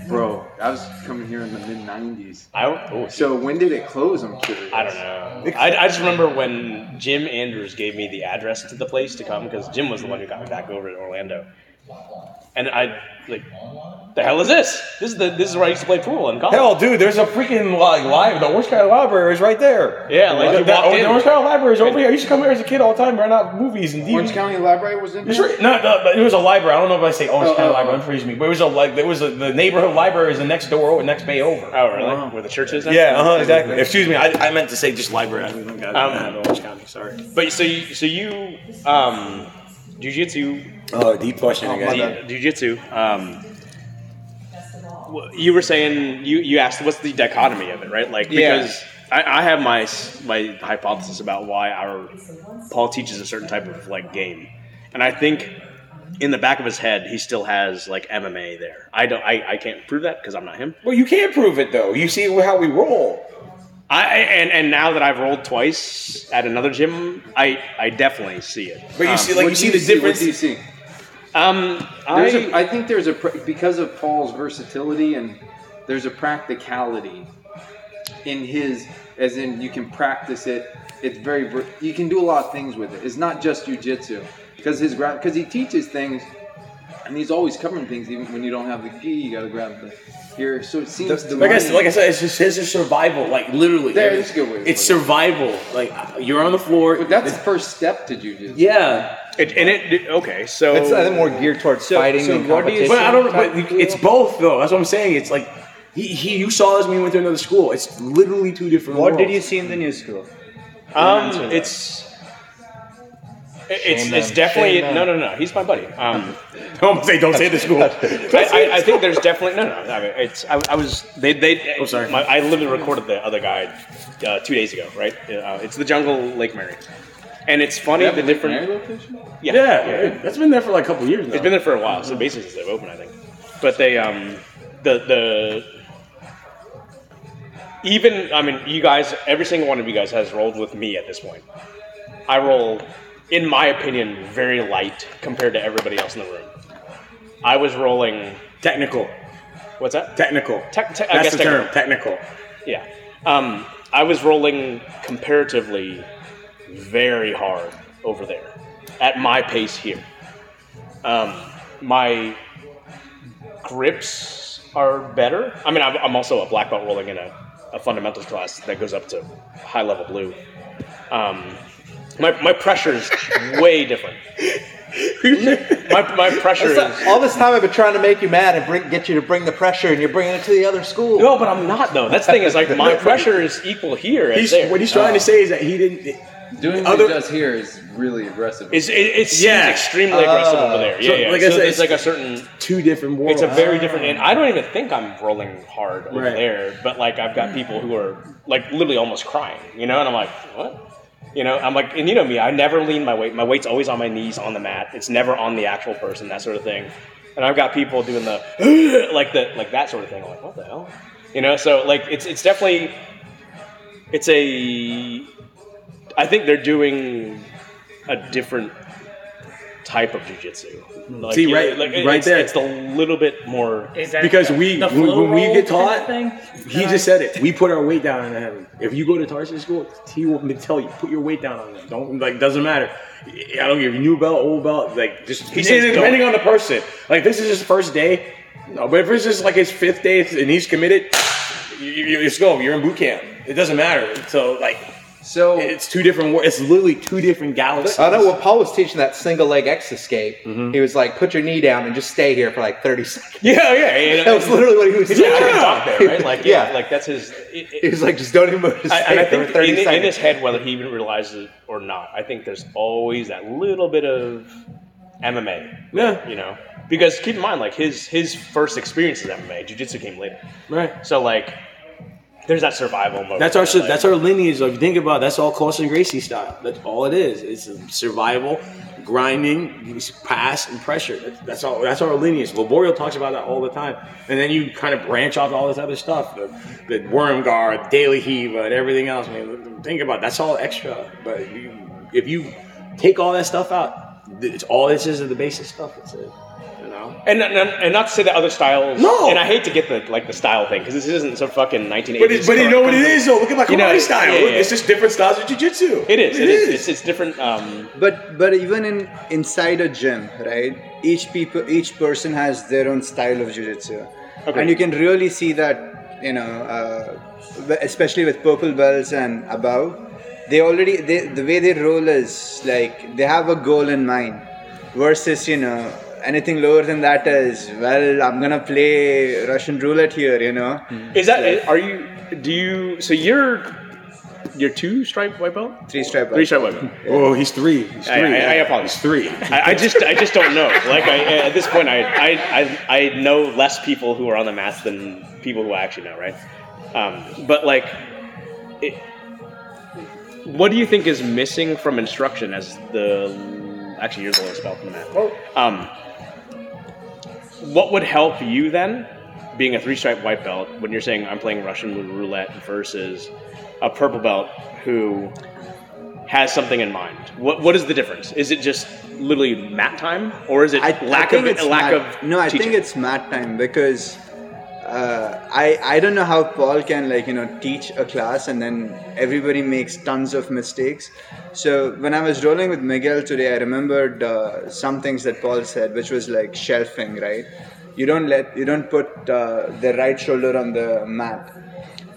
B: bro. I was coming here in the mid '90s.
A: I don't- oh,
B: So when did it close? I'm curious.
A: I don't know. I, I just remember when Jim Andrews gave me the address to the place to come because Jim was the one who got me back over to Orlando. And I like, the hell is this? This is the this is where I used to play pool in college.
C: Hell, dude, there's a freaking like live. The Orange County Library is right there.
A: Yeah, like,
C: the,
A: you
C: the,
A: walked in.
C: the Orange County Library is over here. I used to come here as a kid all the time, rent out movies and DVDs.
B: Orange County Library was in
C: It's
B: there.
C: right- no, no, but it was a library. I don't know if I say Orange
B: Oh,
C: County
B: oh,
C: Library.
B: oh.
C: I'm freezing me, but it was a like there was a, the neighborhood library is the next door, over, next bay over.
A: Oh, really? Where the church is now?
C: Yeah, uh-huh, exactly. Excuse me, I, I meant to say just library. I mean,
A: Um,
C: um, Orange County. Sorry.
A: But so you, so you um, jujitsu,
C: Oh, deep question
B: again.
C: again.
B: Yeah.
A: jujitsu. Um, wh- you were saying you you asked what's the dichotomy of it, right? Like
B: Yeah.
A: because I, I have my s- my hypothesis about why our Paul teaches a certain type of like game, and I think in the back of his head he still has like MMA there. I don't I, I can't prove that because I'm not him.
C: Well, you can't prove it though. You see how we roll.
A: I and and now that I've rolled twice at another gym, I I definitely see it.
E: Ah,
C: But you see, like
B: What
C: you see
B: do
C: the difference.
B: What do you see?
A: Um,
B: There's
A: I.
B: a, I think there's a pr- because of Paul's versatility and there's a practicality in his as in you can practice it. It's very ver- you can do a lot of things with it. It's not just jujitsu because his grab because he teaches things and he's always covering things even when you don't have the gi. You got to grab the here. So it seems to
C: like I, s-
B: me-
C: like I said, it's just his is survival. Like literally,
B: There, that's a good way to
I: It's
B: put it.
I: survival. Like you're on the floor.
B: But that's the first step to jujitsu.
I: yeah.
A: It, and it okay, so
B: It's uh, more geared towards fighting
D: so
B: and
D: what do you-
B: competition.
I: But I don't.
D: type
I: But
D: of
I: it's both though. That's what I'm saying. It's like he, he you saw us when we went to another school. It's literally two different.
D: What did
I: worlds.
D: you see in the new school?
A: Um, it's it's, it's definitely no, no, no. He's my buddy. Um,
C: don't say don't say the school.
A: I, I, I think there's definitely no, no. I mean, it's I, I was they they. I'm
I: Oh, sorry.
A: My, I literally recorded the other guy uh, two days ago, right? Uh, it's the jungle Lake Mary, and it's funny the different. Yeah,
C: yeah, that's been there for like a couple years now.
A: It's been there for a while, so basically since they've opened, I think. But they, um, the the even, I mean, you guys, every single one of you guys has rolled with me at this point. I roll, in my opinion, very light compared to everybody else in the room. I was rolling.
C: technical,
A: What's that?
C: technical.
A: Tech- tech- I
C: that's
A: guess
C: the
A: technical.
C: term. Technical.
A: Yeah. Um, I was rolling comparatively very hard over there at my pace here. Um, my grips are better. I mean, I'm I'm also a black belt rolling in a, a fundamentals class that goes up to high level blue. Um, my, my pressure is way different. my, my pressure is.
B: all this time I've been trying to make you mad and bring, get you to bring the pressure, and you're bringing it to the other school.
A: No, but I'm not though. That's the thing is like my pressure is equal here as
C: He's,
A: there.
C: what he's trying to say is that he didn't.
B: Doing what
C: Other-
B: he does here is really aggressive.
A: It's, it, it seems
C: Yeah. Uh,
A: extremely aggressive over there. Yeah,
C: so,
A: yeah.
C: like I
A: so
C: said,
A: it's
C: it's-
A: like a certain.
C: two different worlds. Ah.
A: It's a very different. And I don't even think I'm rolling hard over
C: Right.
A: there, but like I've got people who are like literally almost crying, you know, and I'm like, what? You know, I'm like, and you know me, I never lean my weight. My weight's always on my knees on the mat. It's never on the actual person, that sort of thing. And I've got people doing the like the like that sort of thing. I'm like, what the hell? You know, so like it's it's definitely it's a I think they're doing a different type of jujitsu. Like,
C: See,
A: you-
C: right-
A: like,
C: right
A: it's,
C: there.
A: it's a little bit more.
H: Is that
C: Because
H: the-
C: we-
H: the
C: when-
H: flow
C: when we
H: roll
C: get
H: type
C: taught,
H: thing?
C: He
H: That I-
C: just said it. We put our weight down on him. If you go to Tarzan school, he will tell you put your weight down on him. Don't like doesn't matter. I don't give a new belt, old belt. Like just he's
A: says
C: depending on the person. Like this is his first day. No, but if this is like his fifth day and he's committed, you, you, let's go. You're in boot camp. It doesn't matter. So like
B: So
C: it's two different. wor- It's literally two different galaxies.
E: I know what Paul was teaching that single leg X escape.
C: Mm-hmm.
E: He was like, put your knee down and just stay here for like 30 seconds.
C: Yeah, yeah, yeah.
E: That was literally what he was
C: Yeah.
E: teaching.
A: Stop there, right? Like, yeah,
E: Yeah.
A: like that's his. It, it-
E: He was like, just don't even move. Just
A: I,
E: stay
A: and I
E: here
A: think
E: for 30
A: in,
E: seconds.
A: in his head, whether he even realizes it or not, I think there's always that little bit of MMA.
C: Yeah.
A: You know, because keep in mind, like his his first experience is MMA. Jiu-Jitsu came later,
C: right.
A: so like there's that survival mode.
F: That's our
A: Like,
F: that's our lineage. Like think about it, that's all Carson Gracie style. That's all it is. It's survival, grinding, pass and pressure. That's, that's all. That's our lineage. Laborio talks about that all the time. And then you kind of branch off all this other stuff, the, the worm guard, daily heave, and everything else. Man, think about it. that's all extra. But you, if you take all that stuff out, it's all this is is the basic stuff. It's it. You know.
A: And, and, and not to say that other styles.
F: No!
A: And I hate to get the like the style thing because this isn't some fucking 1980s.
C: But, it's, but you know what it
A: cartoon.
C: is though. Look at my karate
A: You know,
C: style.
A: yeah,
C: Look,
A: yeah.
C: It's just different styles of jujitsu.
A: It is. It, it is. It's, it's different. Um,
D: But but even in inside a gym, right? Each people, each person has their own style of jujitsu,
A: Okay.
D: and you can really see that, you know, uh, especially with purple belts and above, they already they, the way they roll is like they have a goal in mind, versus you know anything lower than that is well I'm gonna play Russian roulette here, you know.
A: is that? Are you? Do you? So you're. You're two stripe white belt.
D: Three stripe.
A: Three stripe white belt.
C: Oh, he's three. He's three.
A: I, I, I apologize.
C: He's three.
A: I, I just I just don't know. Like I, at this point, I, I I I know less people who are on the mats than people who I actually know, right? Um, but like, it, what do you think is missing from instruction as the actually you're the lowest spell from that. Um, what would help you then, being a three stripe white belt, when you're saying I'm playing Russian roulette versus a purple belt who has something in mind. What what is the difference? Is it just literally mat time, or is it
D: I,
A: lack
D: I think
A: of it?
D: it's
A: lack
D: mat-
A: of
D: no i
A: teaching?
D: think it's mat time because uh, i i don't know how paul can like you know teach a class and then everybody makes tons of mistakes so when i was rolling with miguel today i remembered uh, some things that paul said which was like shelving right you don't let you don't put uh, the right shoulder on the mat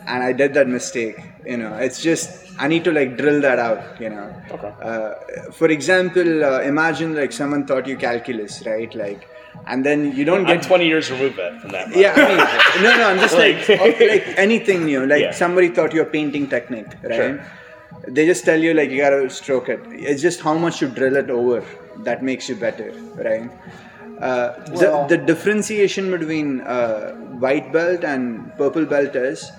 D: and i did that mistake you know it's just i need to like drill that out you know
A: Okay.
D: uh, for example, uh, imagine like someone taught you calculus, right? Like, and then you don't
A: I'm
D: get.
A: 20 years removed that from that. by the
D: yeah,
A: way.
D: I mean, no, no, I'm just like,
A: Like-
D: like anything new. Like
A: Yeah.
D: somebody taught you a painting technique, right?
A: Sure.
D: They just tell you like you gotta stroke it. It's just how much you drill it over that makes you better, right? Uh, the, the differentiation between uh, white belt and purple belt is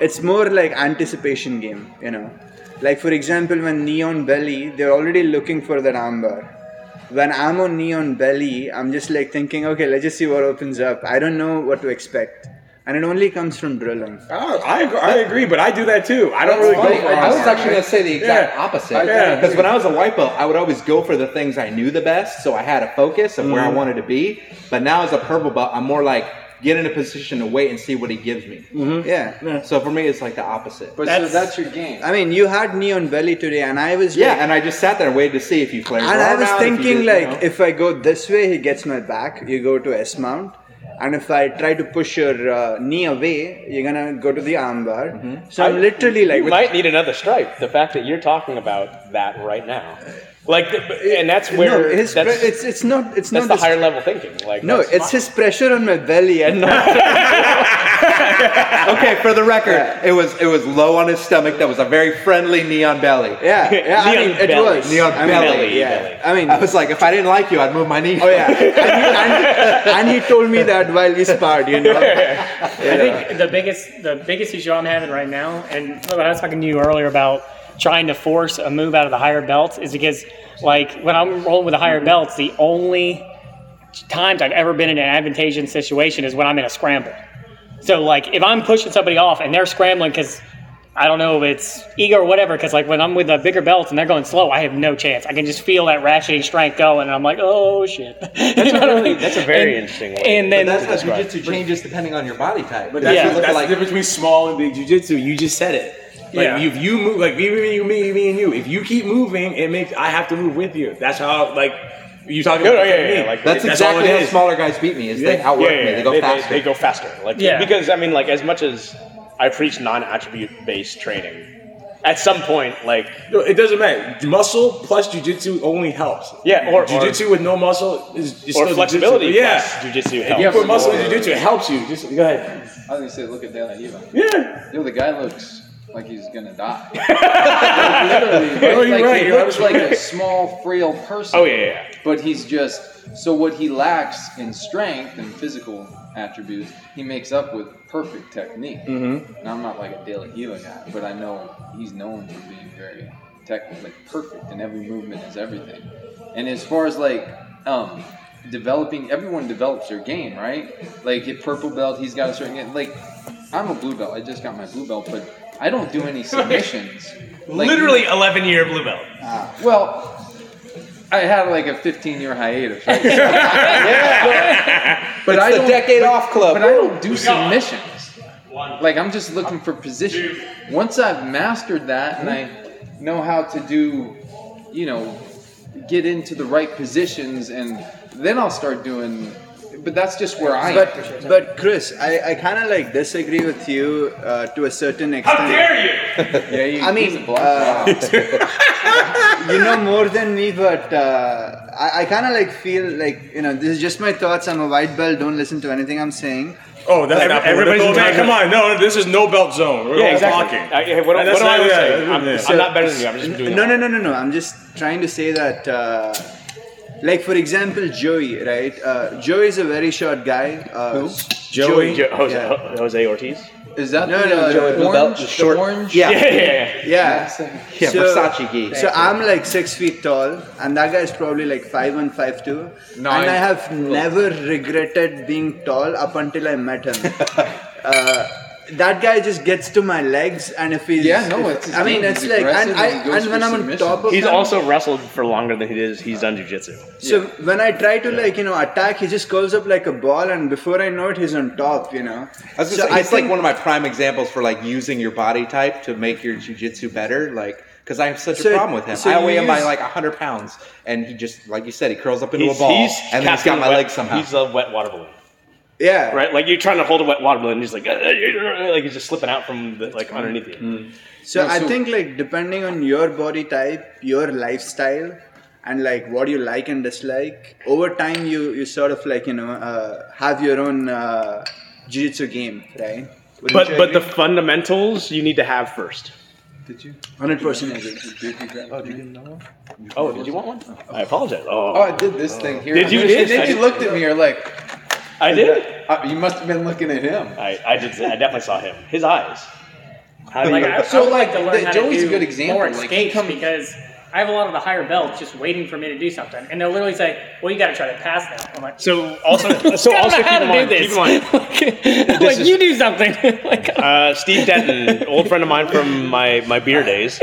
D: it's more like anticipation game you know like for example when neon belly they're already looking for that armbar when i'm on neon belly i'm just like thinking okay let's just see what opens up i don't know what to expect and it only comes from drilling
C: Oh, I, ag- I agree, but I do that too. I don't really
E: Funny,
C: go for
E: I was
C: arms.
E: actually going to say the exact
C: Yeah.
E: opposite.
C: Yeah.
E: Because when I was a white belt, I would always go for the things I knew the best, so I had a focus of
C: Mm-hmm.
E: where I wanted to be. But now as a purple belt, I'm more like get in a position to wait and see what he gives me.
C: Mm-hmm.
D: yeah
E: So for me, it's like the opposite.
B: but
H: That's-
B: so that's your game.
D: i mean you had neon belly today and i was
E: yeah,
D: like,
E: and I just sat there and waited to see if he flared.
D: and I
E: around,
D: was
E: if he
D: thinking
E: did, you
D: like
E: know.
D: if I go this way, he gets my back. You go to S mount, and if I try to push your uh, knee away, you're gonna go to the armbar.
E: Mm-hmm.
D: So I'm literally like,
A: you might need another stripe. The fact that you're talking about that right now, like, th- but- and that's
D: no,
A: where
D: his
A: that's,
D: pre- it's it's not it's
A: that's
D: not
A: the
D: this-
A: higher level thinking. Like,
D: No,
A: that's-
D: it's his pressure on my belly and not.
E: okay, for the record, it was it was low on his stomach. That was a very friendly neon belly.
D: Yeah, yeah. I
A: Neon
D: mean, it
A: belly.
D: was
E: Neon
D: I mean,
A: belly,
D: Yeah,
A: belly.
D: I mean,
E: I was like, if I didn't like you, I'd move my knee.
D: oh yeah, and he, and, and he told me that while we sparred, you know.
H: I think the biggest the biggest issue I'm having right now, and what I was talking to you earlier about trying to force a move out of the higher belts, is because like when I'm rolling with the higher belts, the only times I've ever been in an advantageous situation is when I'm in a scramble. So like if I'm pushing somebody off and they're scrambling because I don't know if it's ego or whatever, because like when I'm with the bigger belts and they're going slow, I have no chance. I can just feel that ratcheting strength going, and I'm like, oh shit. That's,
A: a really- that's a very interesting way.
H: And then
E: That's how jujitsu changes depending on your body type. But
C: That's,
H: Yeah.
C: what- that's
E: like,
C: the difference between small and big jujitsu. You just said it. Like
H: Yeah.
C: if you move, like even you, me, me, and you. If you keep moving, it makes I have to move with you. That's how like you talking
A: No,
C: about.
A: no, yeah,
C: me.
A: yeah, like-
E: that's,
C: that's all
E: exactly
C: it
E: how
C: is.
E: smaller guys beat me. Is they
C: Yeah.
E: outwork
A: yeah,
E: me.
A: yeah,
E: They go faster.
A: They, go faster. Like
H: Yeah.
A: because I mean, like as much as I preach non-attribute based training, at some point, like
C: No, it doesn't matter. Muscle plus jujitsu only helps.
A: Yeah, or- or-
C: jujitsu with no muscle is, is
A: or
C: still
A: flexibility.
C: Jujitsu. Yeah,
A: plus jujitsu
C: If you
A: helps.
C: put muscle in jujitsu, it helps you. Just go ahead.
B: I was gonna say, look at Dana Eva.
C: Yeah,
B: Yo, the guy looks like he's gonna die. Like, Literally,
C: Oh, you're
B: like,
C: right,
B: He
C: you're
B: looks like a
C: absolutely
B: small, frail person.
A: Oh yeah, yeah, yeah.
B: But he's just so what he lacks in strength and physical attributes, he makes up with perfect technique. Mm-hmm. And I'm not like a De La Hila guy, but I know he's known for being very technical, like perfect, and every movement is everything. And as far as like um, developing, everyone develops their game, right? Like at purple belt, he's got a certain game. like. I'm a blue belt. I just got my blue belt, but I don't do any submissions. Like,
C: literally eleven year blue belt.
B: well, I had like a 15 year hiatus, right? but
E: It's
B: I
E: the
B: don't,
E: decade off club.
B: But I don't do submissions. Like I'm just looking for position. Once I've mastered that and I know how to do, you know, get into the right positions, and then I'll start doing. But that's just where I am.
D: But, but Chris, I, I kind of like disagree with you uh, to a certain extent.
B: Yeah, you,
D: I mean,
B: he's a black
D: uh,
B: belt.
D: you know more than me, but uh, I, I kind of like feel like you know this is just my thoughts. I'm a white belt. Don't listen to anything I'm saying.
J: Oh, that's
C: Every-
J: not
C: everybody's
J: political, man.
C: entitled.
J: Come on, no, this is no belt zone. We're all
A: Yeah, exactly.
J: talking.
A: I, hey, what,
J: And
A: what
J: that's
A: am I
J: not-
A: gonna
J: yeah,
A: say? I'm,
J: yeah.
A: I'm not better than you. I'm just doing.
D: No,
A: it.
D: no, no, no, no. I'm just trying to say that, uh, like for example, Joey, right? Uh, Joey is a very short guy. Uh, Who?
A: Joey, Oh,
D: Joey.
A: Jo- Jose,
D: Yeah.
A: Ho- Jose Ortiz.
B: is that
D: No,
B: the,
D: no,
B: the
D: no,
B: orange?
E: blue belt, the
B: the
E: short-
B: orange?
D: Yeah.
A: Yeah, yeah,
D: Yeah.
E: Yeah, Versace gi.
D: So I'm like six feet tall, and that guy's probably like five and five two. And I have never regretted being tall up until I met him. uh, that guy just gets to my legs, and if he's
B: Yeah, no,
D: if-
B: it's his
D: I mean,
B: game.
D: it's
B: He's
D: like, and
B: aggressive
D: I,
B: and he goes
D: and when
B: for
D: I'm on
B: submission.
D: top
A: yeah.
D: of
A: He's
D: him,
A: also wrestled for longer than he is. He's done jujitsu.
D: So when I try to like you know attack, he just curls up like a ball, and before I know it, he's on top. You know.
E: I was
D: So
E: gonna say,
D: I
E: it's like
D: think-
E: one of my prime examples for like using your body type to make your jujitsu better. Like, because I have such
D: So-
E: a problem with him.
D: so
E: I
D: you
E: weigh him by
D: use-
E: like hundred pounds, and he just, like you said, he curls up into
A: He's,
E: a ball,
A: he's
E: and then he's got
A: Captain
E: my
A: wet,
E: legs somehow.
A: He's a wet water balloon,
D: Yeah.
A: right? Like you're trying to hold a wet water balloon, and he's like, like he's just slipping out from the, like underneath you.
C: Mm-hmm.
D: So
B: No,
D: I
B: so-
D: think like depending on your body type, your lifestyle, and like what you like and dislike, over time you you sort of like you know uh, have your own uh, jiu-jitsu game, right? Wouldn't
A: But
D: you
A: but the
D: agree?
A: fundamentals you need to have first.
B: Did you?
D: 100% agree.
B: Did you grab oh, did you
A: Oh, did you want one? I apologize.
B: oh,
A: Oh,
B: I did this thing here.
A: Did you-
B: And
A: did-
B: then
A: I-
B: you looked at me. You're like,
A: I did.
B: Uh, you must have been looking at him.
A: I, I did. I definitely saw him. His eyes. How do you?
H: Like, I,
B: So,
H: I would like,
B: like,
H: to learn
B: that-
H: how to
B: Joey's a
H: do
B: good example.
H: More
B: Like, he
H: escapes
B: comes-
H: because I have a lot of the higher belts just waiting for me to do something, and they'll literally say, "Well, you got to try to pass now." I'm like,
A: so also so
H: I don't
A: also
H: know
A: keep
H: how
A: in
H: to
A: mind.
H: do
A: Keep
H: this.
A: in mind.
H: like,
A: This is-
H: you do something. like,
A: Uh, Steve Denton, old friend of mine from my, my beer days.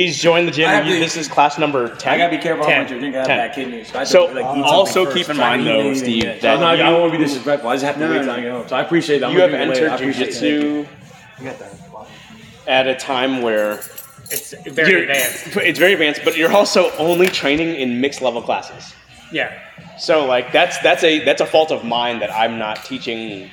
A: He's joined the gym.
C: I have to-
A: this is class number 10.
C: I gotta be careful how
A: 10,
C: much you're drinking. I
A: 10.
C: have bad kidneys. I have to,
A: So,
C: like, eat something
A: also
C: first.
A: keep in
C: Try
A: mind,
C: to eat
A: though,
C: anything.
A: Steve,
C: Yeah.
A: that
C: I'm not,
A: you-
C: I don't want to be disrespectful. I just have to
D: No,
C: wait
D: no,
C: till I
D: no.
C: get home. So I appreciate that. I'm
A: You have
C: gonna do it later.
A: entered
C: I appreciate it.
A: jujitsu at a time where
H: it's very
A: you're-
H: advanced.
A: It's very advanced, but you're also only training in mixed level classes.
H: Yeah.
A: So like that's that's a that's a fault of mine that I'm not teaching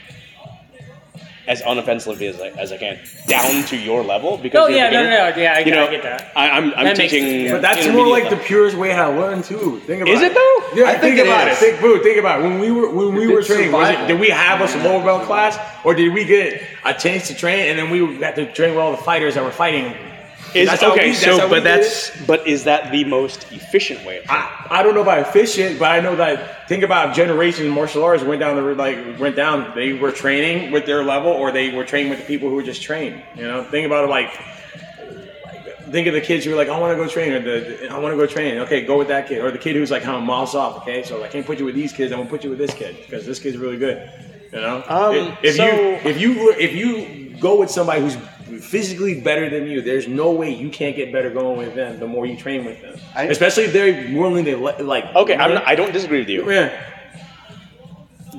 A: as unoffensively as I, as I can down to your level because
H: Oh,
A: you're a
H: yeah, no,
A: beginner.
H: no, no, yeah, I-
A: you
H: I
A: know,
H: get that.
A: I, I'm I'm
H: That makes-
A: teaching,
H: yeah.
C: But that's more
A: intermediate
C: like the
A: level.
C: purest way how to learn too. Think about
A: Is it though?
C: Yeah,
E: I
C: think,
E: think it
C: about
E: is.
C: it. Think, boo, think about it. When we were when we were
B: It's
C: training, was it,
B: survival.
C: did we have us a lower belt class, or did we get a chance to train, and then we had to train with all the fighters that were fighting?
A: Is,
C: That's how
A: okay,
C: we- that's how
A: so
C: we
A: but
C: did
A: that's but is that the most efficient way? Of
C: I, I don't know about efficient, but I know that think about generations of martial artists went down the road, like went down. They were training with their level, or they were training with the people who were just trained. You know, think about it like. Think of the kids who are like, I want to go train, or the, I want to go train. Okay, go with that kid, or the kid who's like, I'm miles off. Okay, so I can't put you with these kids. I'm gonna put you with this kid because this kid's really good. You know,
A: Um,
C: if, if
A: so-
C: you if you if you go with somebody who's
F: physically better than you. There's no way you can't get better going with them. The more you train with them,
D: I-
F: especially if they're normally they le- like.
A: Okay, I'm not, I don't disagree with you.
F: Yeah.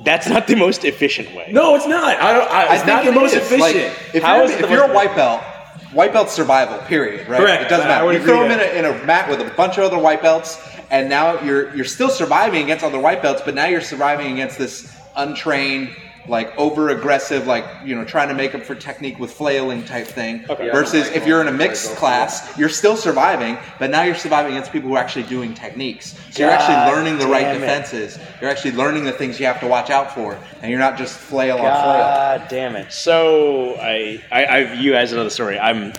A: That's not the most efficient way.
F: No, it's not. I don't. I, it's
E: I
F: not the
E: think it
F: most
E: is. Like,
F: efficient.
E: if
A: How
E: you're,
A: is it
E: if
A: the
E: you're a
A: most-
E: white belt, white belt's survival, period, right?
F: Correct.
E: It doesn't
F: I- I
E: matter.
F: would
E: You
F: agree
E: throw them in
F: that.
E: a, in a mat with a bunch of other white belts, and now you're you're still surviving against other white belts, but now you're surviving against this untrained, like over aggressive, like you know, trying to make up for technique with flailing type thing.
A: Okay. Yeah,
E: Versus if you're in a mixed class, you're still surviving, but now you're surviving against people who are actually doing techniques. So you're actually learning the right defenses. You're actually learning the things you have to watch out for, and you're not just flail on flail.
A: God damn it. So I, I, I you as another story. I'm,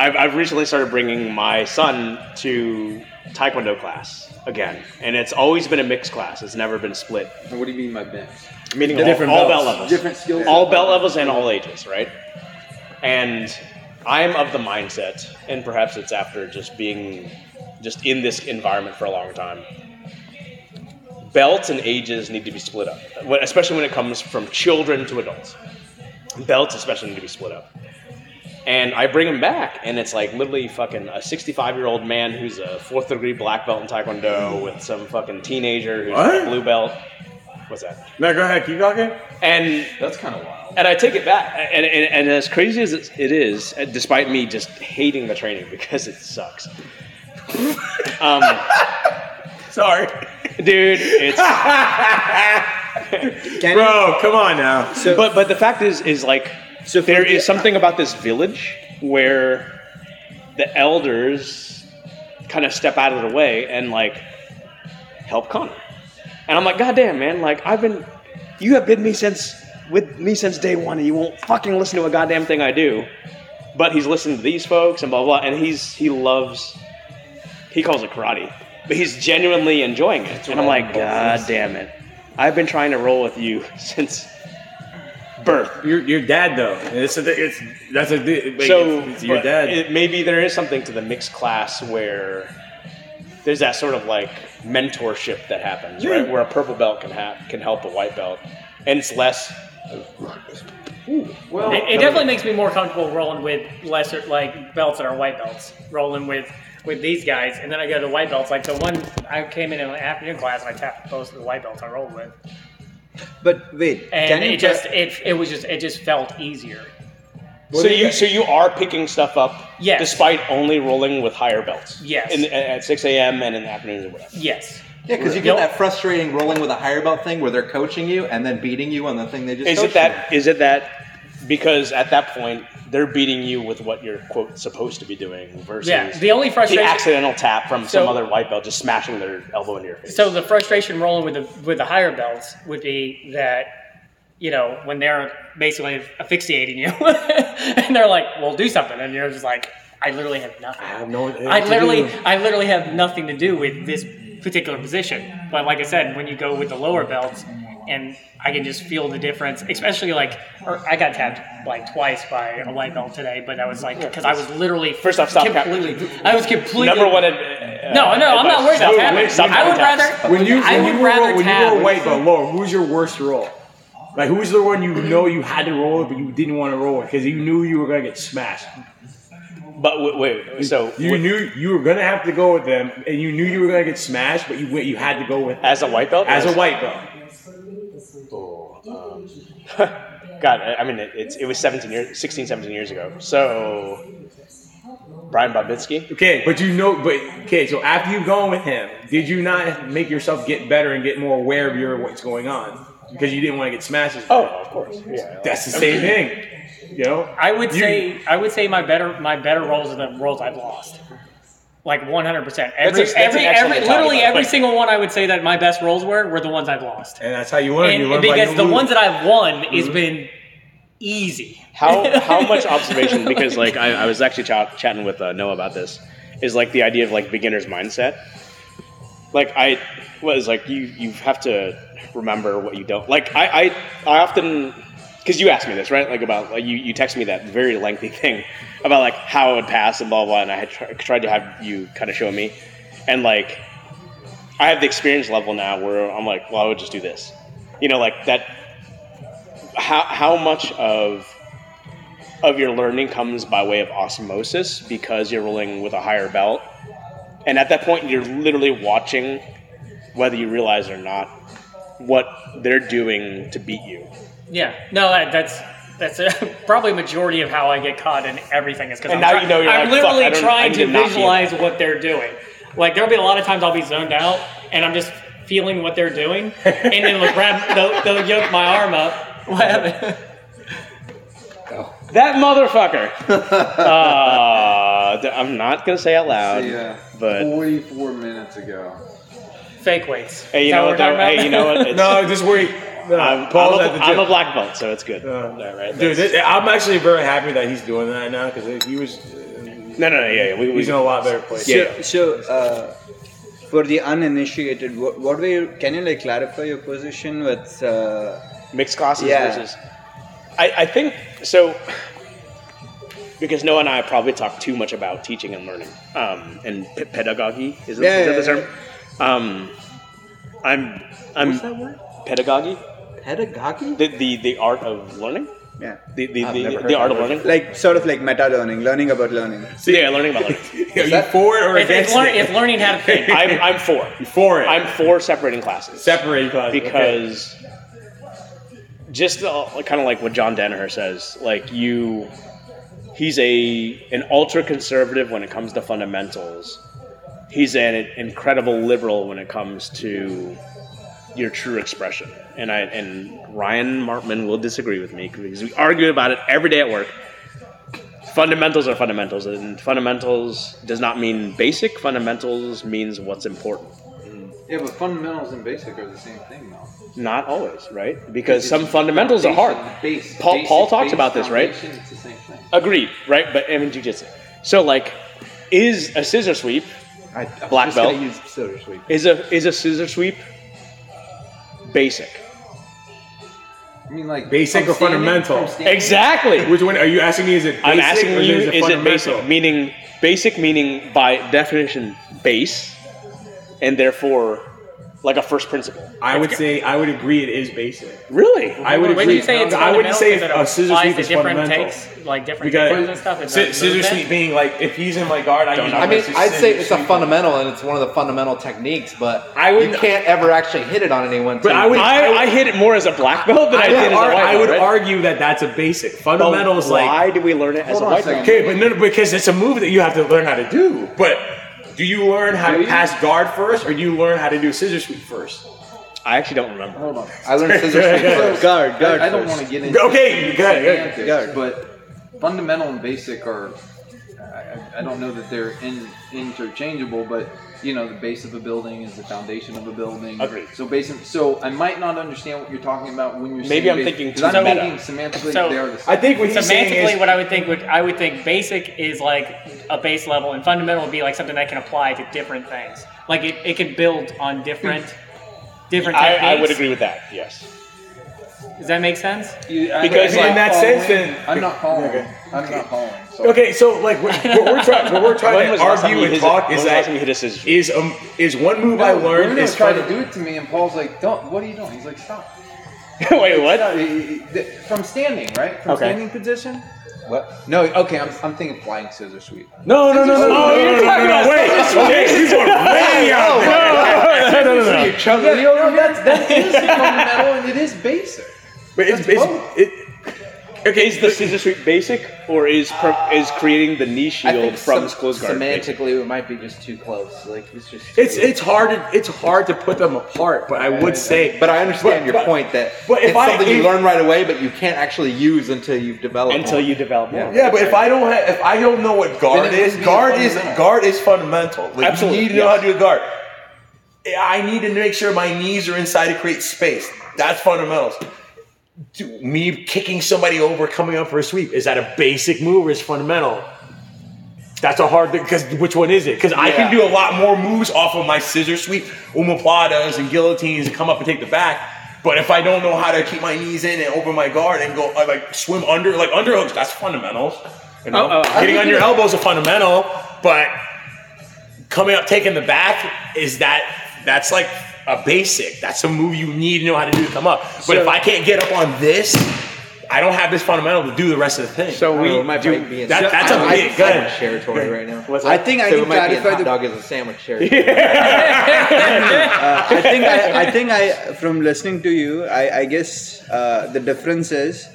A: I've, I've recently started bringing my son to Taekwondo class again, and it's always been a mixed class. It's never been split.
B: And what do you mean by bench?
A: Meaning all,
F: Different
A: all
F: belts.
A: belt levels,
B: Different skill
A: all
B: sets.
A: belt levels and all ages, right? And I'm of the mindset, and perhaps it's after just being just in this environment for a long time. Belts and ages need to be split up, when- especially when it comes from children to adults. Belts especially need to be split up. And I bring him back, and it's like literally fucking a 65 year old man who's a fourth degree black belt in Taekwondo with some fucking teenager who's a
C: What?
A: blue belt. What's that?
C: No, go ahead. Keep talking.
A: And
E: That's kind of wild.
A: and I take it back. And, and, and as crazy as it it is, and despite me just hating the training because it sucks,
C: Sorry,
A: dude. It's
D: Can you-
C: bro. Come on now.
D: so,
A: but but the fact is is like
D: So for
A: there
D: the-
A: is something about this village where the elders kind of step out of the way and like help Connor. And I'm like, God damn, man! Like I've been, you have been me since with me since day one, and you won't fucking listen to a goddamn thing I do. But he's listening to these folks and blah blah, and he's he loves, he calls it karate, but he's genuinely enjoying it. And I'm like, God damn it! I've been trying to roll with you since birth.
F: Your, your dad though. It's a, it's that's a like,
A: so
F: it's, it's your
A: but
F: dad.
A: It, maybe there is something to the mixed class where there's that sort of like mentorship that happens, right? Where a purple belt can have can help a white belt, and it's less.
B: Well,
H: It, it definitely makes me more comfortable rolling with lesser like belts that are white belts, rolling with with these guys, and then I go to white belts. Like the one I came in in the afternoon class and I tapped most of the white belts I rolled with,
D: but wait,
H: and
D: can you
H: it just it it was just it just felt easier.
A: so you so you are picking stuff up,
H: Yes.
A: despite only rolling with higher belts,
H: Yes.
A: in, at six a.m. and in the afternoons or whatever.
H: Yes,
E: Yeah, because you get
H: Nope.
E: that frustrating rolling with a higher belt thing where they're coaching you and then beating you on the thing they just
A: Is it
E: coached
A: that? Is it that? Because at that point, they're beating you with what you're quote supposed to be doing versus
H: yeah. The only
A: the
H: frustration.
A: accidental tap from some
H: So-
A: other white belt just smashing their elbow into your face.
H: So the frustration rolling with the with the higher belts would be that you know when they're basically asphyxiating you, and they're like, "Well, do something," and you're just like, "I literally have nothing. I have no. I literally, I literally have nothing to do with this particular position." But like I said, when you go with the lower belts, and I can just feel the difference, especially like or I got tapped like twice by a white belt today, but I was like because I was literally
A: First off, stop count-
H: completely. I was completely
A: number one. ad- uh,
H: no, no, I'm
A: advice.
H: not worried about
A: Stop-
H: tapping.
A: stop
H: I would
A: tapping.
H: rather
F: when you
H: I
F: when
H: would
F: you
H: rather
F: roll, when you
H: tap.
F: roll white belt, Laura, who's your worst roll? Like who's the one you know you had to roll with, but you didn't want to roll with because you knew you were gonna get smashed.
A: But wait, wait, wait, so
F: you
A: w-
F: knew you were gonna have to go with them, and you knew you were gonna get smashed, but you went. You had to go with them.
A: as a white belt,
F: as a white belt.
A: God, I I mean, it, it's it was 17 years, 16, 17 years ago. So Brian Bobitsky.
F: Okay, but you know, but okay. So after you've gone with him, did you not make yourself get better and get more aware of your what's going on because you didn't want to get smashed? as-
A: Oh, of course. Yeah.
F: that's the same thing. You know,
H: I would
F: You-
H: say I would say my better my better rolls are the rolls I've lost. Like 100. percent
A: That's
H: Every
A: a- that's an
H: every
A: excellent
H: every
A: mentality,
H: literally
A: by the
H: every
A: way.
H: single one I would say that my best rolls were were the ones I've lost.
F: and that's how you learn.
H: And,
F: you learn by
H: because
F: you Mm-hmm.
H: the
F: lose.
H: ones that I've won has been easy.
A: How how much observation? Because like I, I was actually ch- chatting with uh, Noah about this. Is like the idea of like beginner's mindset. Like I was like you you have to remember what you don't like. I I, I often because you asked me this right like about like you you text me that very lengthy thing about like how it would pass and blah blah, and I had tr- tried to have you kind of show me, and like I have the experience level now where I'm like, well, I would just do this, you know, like that. How how much of of your learning comes by way of osmosis because you're rolling with a higher belt. And at that point, you're literally watching, whether you realize it or not, what they're doing to beat you.
H: Yeah, no, that, that's that's a, probably majority of how I get caught in everything is because
A: And
H: I'm,
A: now you know you're
H: I'm
A: like, fuck, I
H: literally
A: don't- I
H: trying
A: need
H: to
A: to not be-
H: visualize what they're doing. Like there'll be a lot of times I'll be zoned out and I'm just feeling what they're doing, and then they'll grab they'll, they'll yoke my arm up. What happened?
A: That motherfucker! uh, th- I'm not going to say out loud,
B: Yeah,
A: but.
B: 44 minutes ago.
H: Fake weights.
A: Hey,
H: Is
A: you
H: that
A: know what?
H: what we're
A: Though?
H: talking
A: Hey, you
H: about?
A: know what? It's-
C: No, just wait. No,
A: I'm, I'm,
C: Paul's at
A: a,
C: the
A: I'm a
C: gym.
A: black belt, so it's good.
C: Uh,
A: All right,
C: Dude,
A: that's-
C: this, I'm actually very happy that he's doing that now because if he was, uh,
A: no, no, no, yeah, yeah. We, we,
C: he's in a lot better place.
A: Yeah.
D: So, uh, for the uninitiated, what, what were you? Can you like clarify your position with? Uh,
A: mixed classes
D: Yeah.
A: versus. I, I think so because Noah and I probably talk too much about teaching and learning um, and p- pedagogy. Is, it,
D: Yeah,
A: is that the
D: yeah,
A: term? Um, I'm I'm pedagogy.
D: Pedagogy?
A: The, the the art of learning.
D: Yeah.
A: The the, the, the art of learning.
D: Like sort of like meta learning, learning about learning.
A: yeah, learning about learning.
C: Are you for it or
H: It's, it's,
C: against
H: learn,
C: it?
H: it's learning how to think.
A: I'm I'm for.
C: For it.
A: I'm for separating classes.
C: separating classes okay.
A: because just kind of like what John Danaher says, like you, he's a an ultra conservative when it comes to fundamentals. He's an incredible liberal when it comes to your true expression. And I and Ryan Martman will disagree with me because we argue about it every day at work. Fundamentals are fundamentals, and fundamentals does not mean basic. Fundamentals means what's important.
B: Yeah, but fundamentals and basic are the same thing, though.
A: Not always, right? Because some
B: It's
A: fundamentals are hard.
B: foundation, Base,
A: Paul-
B: basic,
A: Paul talks
B: base
A: about this, right?
B: foundation, It's the same thing.
A: Agreed, right? But I mean, jujitsu. So, like, is a scissor sweep
E: I, I'm
A: Black
E: just gonna
A: belt.
E: Use scissor sweep.
A: is a is a scissor sweep basic?
B: I mean, like
C: Basic
B: from
C: or
B: standing-
C: fundamental?
B: from standing-
A: Exactly.
C: Which one are you asking me? Is it basic
A: I'm asking
C: or
A: you:
C: is
A: Is
C: it,
A: it
C: fundamental?
A: basic? Meaning basic, meaning by definition base, and therefore like a first principle.
C: I would say I would agree it is basic.
A: Really?
C: I would agree.
H: When you say it's
C: I wouldn't
H: fundamental,
C: say
H: is it
C: a scissor
H: applies
C: sweep
H: to
C: is
H: different
C: fundamental.
H: takes, like different techniques and
C: Because
H: stuff. and
C: sci- scissor
H: movement?
C: sweep being like if he's in my guard, I use
E: I
C: my
E: mean,
C: wrist to
E: I'd say
C: scissor
E: it's a
C: sweep.
E: fundamental, and it's one of the fundamental techniques, but
C: I
E: you
C: wouldn't-
E: can't ever actually hit it on anyone.
C: But
E: so
C: I would-
A: I, I hit it more as a black belt than I,
C: I
A: did as
C: would,
A: a
C: ar-
A: white belt.
C: I would
A: right?
C: argue that that's a basic fundamentals.
A: Why
C: Like
A: do we learn it as
B: Hold
A: a
B: on a
A: white belt?
B: second.
C: okay, but no, no, because it's a move that you have to learn how to do. But do you learn how to pass guard first, or do you learn how to do scissor sweep first?
A: I actually don't remember.
B: Hold on.
E: I learned scissor sweep first.
D: Guard, guard.
B: I, I don't
D: first.
B: want to get into
C: Okay, go ahead.
B: semantics,
D: Yeah.
B: but fundamental and basic are. I, I- I don't know that they're in, interchangeable, but you know the base of a building is the foundation of a building.
A: Agreed.
B: So basic. So I might not understand what you're talking about when you're
A: Maybe
B: saying
A: I'm
B: basic,
A: thinking
B: 'cause
A: too
B: I'm
A: meta.
B: thinking semantically
H: So-
B: they are the same.
C: I think what he's saying
H: Semantically,
C: is
H: what I would think would I would think basic is like a base level, and fundamental would be like something that can apply to different things. Like it, it can build on different different.
A: I, I would
H: techniques.
A: agree with that. Yes.
H: Does that make sense?
B: You- I-
A: Because in
H: oh,
B: I'm not
C: that
B: following.
C: sense, then-
B: I'm not following.
C: Okay.
B: I'm not following. So
C: Okay, so like what, what we're trying, what we're
A: When
C: trying
A: was
C: to
A: the last time
C: argue
A: you
C: and
A: hit
C: talk
A: it- when was
C: is
A: the last time you
C: that
A: hit a scissor
C: is um is one move
B: no,
C: I learned
B: Bruno
C: is
B: tried
C: fun-
B: to do it to me, and Paul's like, "Don't. What are you doing?" He's like, "Stop."
A: Wait, what?
B: No, he- he- the- from standing, right? From
A: Okay.
B: standing position. What? No. Okay, I'm, I'm thinking flying scissor sweep.
C: No, no, no, no, no, no,
A: Oh, you're
C: no, no,
A: talking
C: no,
A: about
C: wait, wait, you going way out there. No, no, no, no.
B: Yeah, no, that's that is fundamental and it is basic.
C: But it's,
B: That's
C: it's
B: both.
C: it,
A: Okay, is the scissor sweep basic, or is pro- is creating the knee
E: I
A: shield
E: think
A: from
E: sem-
A: Skull's guard? basic?
E: semantically, it might be just too close. Like it's just.
C: it's
E: too-
C: it's hard to, it's hard to put them apart. But I would say,
E: But I understand your
C: but- but-
E: point that
C: but if
E: it's
C: I-
E: something you
C: if-
E: learn right away, but you can't actually use until you've developed.
A: Until
E: one.
A: you develop more.
C: Yeah, but if I don't have, if I don't know what guard
B: Then it
C: is,
B: would be
C: guard is
B: fundamental.
C: guard is fundamental. Like
A: Absolutely,
C: you need to know
A: yes.
C: how to do a guard. I need to make sure my knees are inside to create space. That's fundamentals. Do- me kicking somebody over, coming up for a sweep, is that a basic move or is fundamental? That's a hard thing because which one is it? Because I can
E: Yeah.
C: do a lot more moves off of my scissor sweep, umapladas, and guillotines, and come up and take the back. But if I don't know how to keep my knees in and open my guard and go I, like swim under like underhooks, that's fundamentals. You know,
A: Oh, oh, I
C: getting
A: think
C: on your elbows is a fundamental, but coming up taking the back is that that's like a basic. That's a move you need to know how to do to come up. But if I can't get up on this,
I: I don't have this fundamental to do the rest of the thing.
A: So
E: Oh, it
A: we
E: might
A: do.
E: might be in-
I: That- that's a
E: I-
I: big-
E: I-
I: go
E: sandwich
I: ahead.
E: territory right now.
D: I think I
E: So
D: can
E: it might be in
D: clarify
E: hot
D: the
E: dog is a sandwich territory.
D: I think I, I think I from listening to you, I, I guess uh, the difference is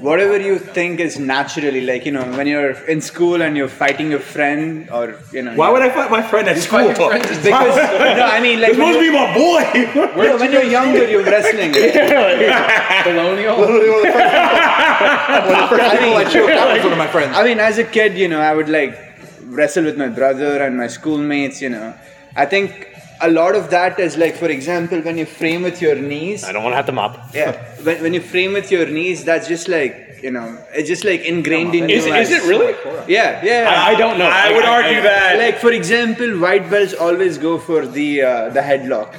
D: whatever you think is naturally like you know when you're in school and you're fighting your friend or you know
I: Why would I fight my friend at school?
D: because no, I mean like
I: It's supposed to be
D: when,
I: my boy.
D: you, no, when you're younger you're wrestling.
B: Colonial.
E: First people I choked out was one of my friends.
D: I mean, as a kid, you know, I would like wrestle with my brother and my schoolmates, you know. I think a lot of that is like, for example, when you frame with your knees.
A: I don't want to have to mop.
D: Yeah. When, when you frame with your knees, that's just like, you know, it's just like ingrained in
A: Is,
D: you.
A: is
D: as-
A: it really?
D: Yeah, yeah.
A: I don't know.
C: I would argue that.
D: like, for example, white belts always go for the uh, the headlock.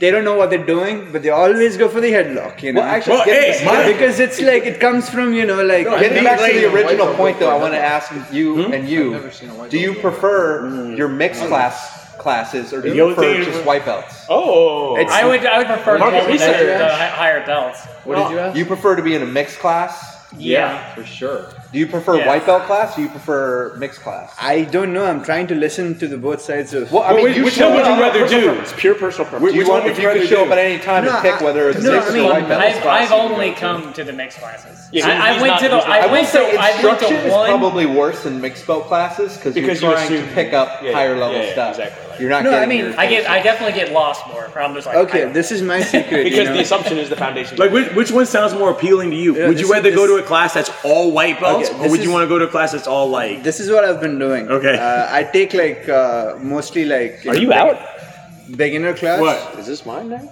D: They don't know what they're doing, but they always go for the headlock, you know.
E: Well, actually,
C: Well,
E: getting,
C: hey, my-
D: because it's like, it comes from, you know, like.
E: getting back to
B: Like,
E: the original
B: white
E: point, though, I
B: belt
E: want to ask you and you:
B: never seen a white
E: Do
B: belt
E: you
B: before.
E: prefer your mixed class classes, or do
C: The
E: you
C: other
E: prefer
C: thing-
E: just white belts?
C: Oh,
D: it's,
H: I would I would prefer
C: Market
H: the, the,
C: research.
H: the hi- higher belts.
B: What did you ask?
E: You prefer to be in a mixed class?
H: Yeah.
B: For sure.
E: Do you prefer
H: Yeah.
E: white belt class? Or do you prefer mixed class?
D: I don't know. I'm trying to listen to the both sides of.
E: Well, I mean,
C: which,
E: you
C: which
E: show
C: one would
E: up-
C: you rather do?
A: It's pure personal preference.
E: Do you want if you could show up at any time
D: No,
E: and pick
D: I-
E: whether it's
D: no,
E: mixed
D: I
E: or
D: mean,
E: white belt?
H: I've, I've only come to the mixed classes.
A: Yeah, he-
H: I, I
A: he's
H: went
A: not-
H: to the
A: he's not-
H: I
E: I would
H: went to
E: say
H: I went
E: instruction
H: to
E: is
H: one.
E: probably worse in mixed belt classes because you're
A: Because you
E: trying to
A: assume-
E: pick up
A: yeah,
E: higher level
A: yeah,
E: stuff.
A: exactly right.
E: You're not
D: No, I
E: getting
D: mean,
E: your
H: I get I definitely get lost more. where I'm just like I
D: okay,
H: don't-
D: this is my secret.
A: because
D: you know?
A: the assumption is the foundation.
I: Like, which, which one sounds more appealing to you?
D: Yeah,
I: would you
D: this is-
I: rather go
D: this-
I: to a class that's all white belts,
D: Okay,
I: or
D: this
I: would you
D: is-
I: want to go to a class that's all like?
D: this is what I've been doing.
I: Okay.
D: Uh, I take like uh, mostly like.
A: Are you out?
D: Beginner class.
I: What?
A: Is this mine now?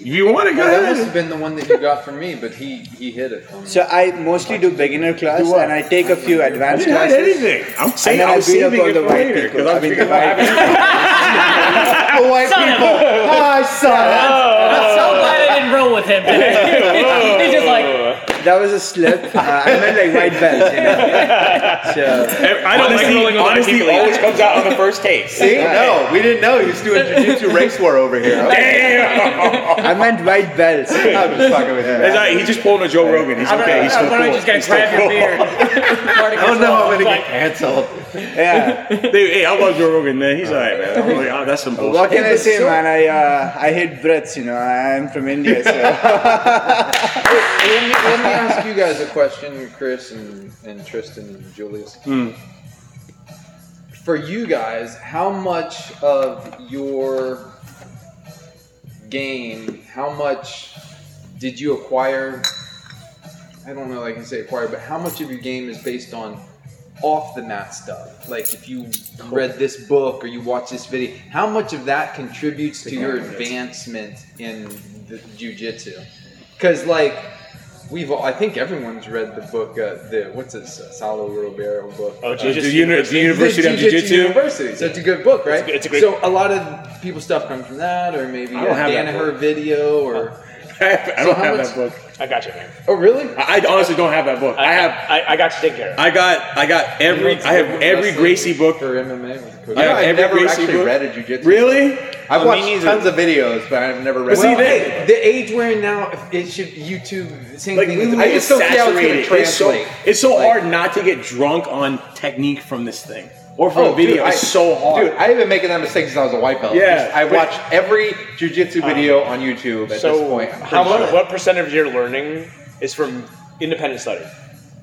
I: If you want to go
B: That must
I: ahead.
B: have been the one that you got from me, but he he hit it. For me.
D: So I mostly do beginner class,
I: what?
D: and I take a few
I: I
D: advanced
I: didn't hide
D: classes.
I: anything. I'm
D: And
I: saying
D: then
I: I
D: I
I: was
D: beat up
I: saving
D: all
I: it
D: the
I: for
D: white
I: later because
D: people.
I: I
D: I
I: was
D: mean,
I: thinking
D: the
I: about having.
D: white
E: white
H: Son of a-
E: Hi, son.
H: I'm so glad I didn't roll with him. today. He's just like
D: That was a slip. Uh, I meant like white belt. You know? so,
C: I don't like rolling on Honestly, always comes out on the first take.
E: See, no, we didn't know he was doing jujitsu race war over here. Okay.
D: I meant white belts.
E: I'm just fucking with you. man.
C: It's like, he's just pulling a Joe Rogan. He's
H: I'm
C: okay.
H: gonna,
C: He's
H: I'm
C: still
H: literally
C: cool.
H: just gonna
C: He's still
H: grab your
C: cool.
H: beard.
E: I don't know. I'm gonna get
H: Like,
E: canceled.
D: Yeah.
C: Dude, hey, I love Joe Rogan, man. He's alright, man. I'm like, oh, that's some bullshit.
D: What can I say, man? I uh, I hate breaths. You know, I'm from India, so.
B: let, me, let me ask you guys a question, Chris and, and Tristan and Julius. For you guys, how much of your game, how much did you acquire? I don't know, I can say acquire, but how much of your game is based on off the mat stuff? Like if you read this book or you watch this video, how much of that contributes to your advancement in the jujitsu? Because like we've, all, I think everyone's read the book. Uh, the what's it, Salo Romero book?
A: Oh,
C: The,
A: Jesus.
C: uni- the University of
B: Jiu-Jitsu
C: Jiu-Jitsu.
B: University. So it's a good book,
A: It's
B: right?
A: a- it's a great-
B: so a lot of people stuff comes from that, or maybe
C: I don't
B: a
C: have that
B: Danaher video, or
C: I
B: So
C: don't
B: how
C: have
B: much-
C: that book.
A: I got you, man.
B: oh really?
C: I I honestly don't have that book. I have.
A: I, I got you taken care of.
C: I got. I got every. I have every Gracie book.
B: for MMA with Coach.
C: I have
E: I've
C: every
E: never
C: Gracie
E: actually
C: book.
E: read a jujitsu.
C: Really?
E: I've
C: Oh, me
E: watched
C: neither.
E: tons of videos, but I've never read.
C: But see,
E: Well,
C: they-
B: Hey, the age we're in now, it should YouTube. Same
C: Like
B: thing.
C: we
B: with the-
C: live
E: I just don't see how it's gonna
C: saturated. It's so,
E: translate.
C: it's so
E: Like-
C: hard not to get drunk on technique from this thing or from
E: Oh,
C: a video.
E: dude, I-
C: it's so hard.
E: Dude, I've been making that mistake since I was a white belt.
C: Yeah.
E: Just- I
C: But-
E: watch every jujitsu video on YouTube at this
A: Uh-huh. So,
E: point. I'm
A: how
E: pretty
A: much,
E: sure.
A: what percent of your learning is from independent study?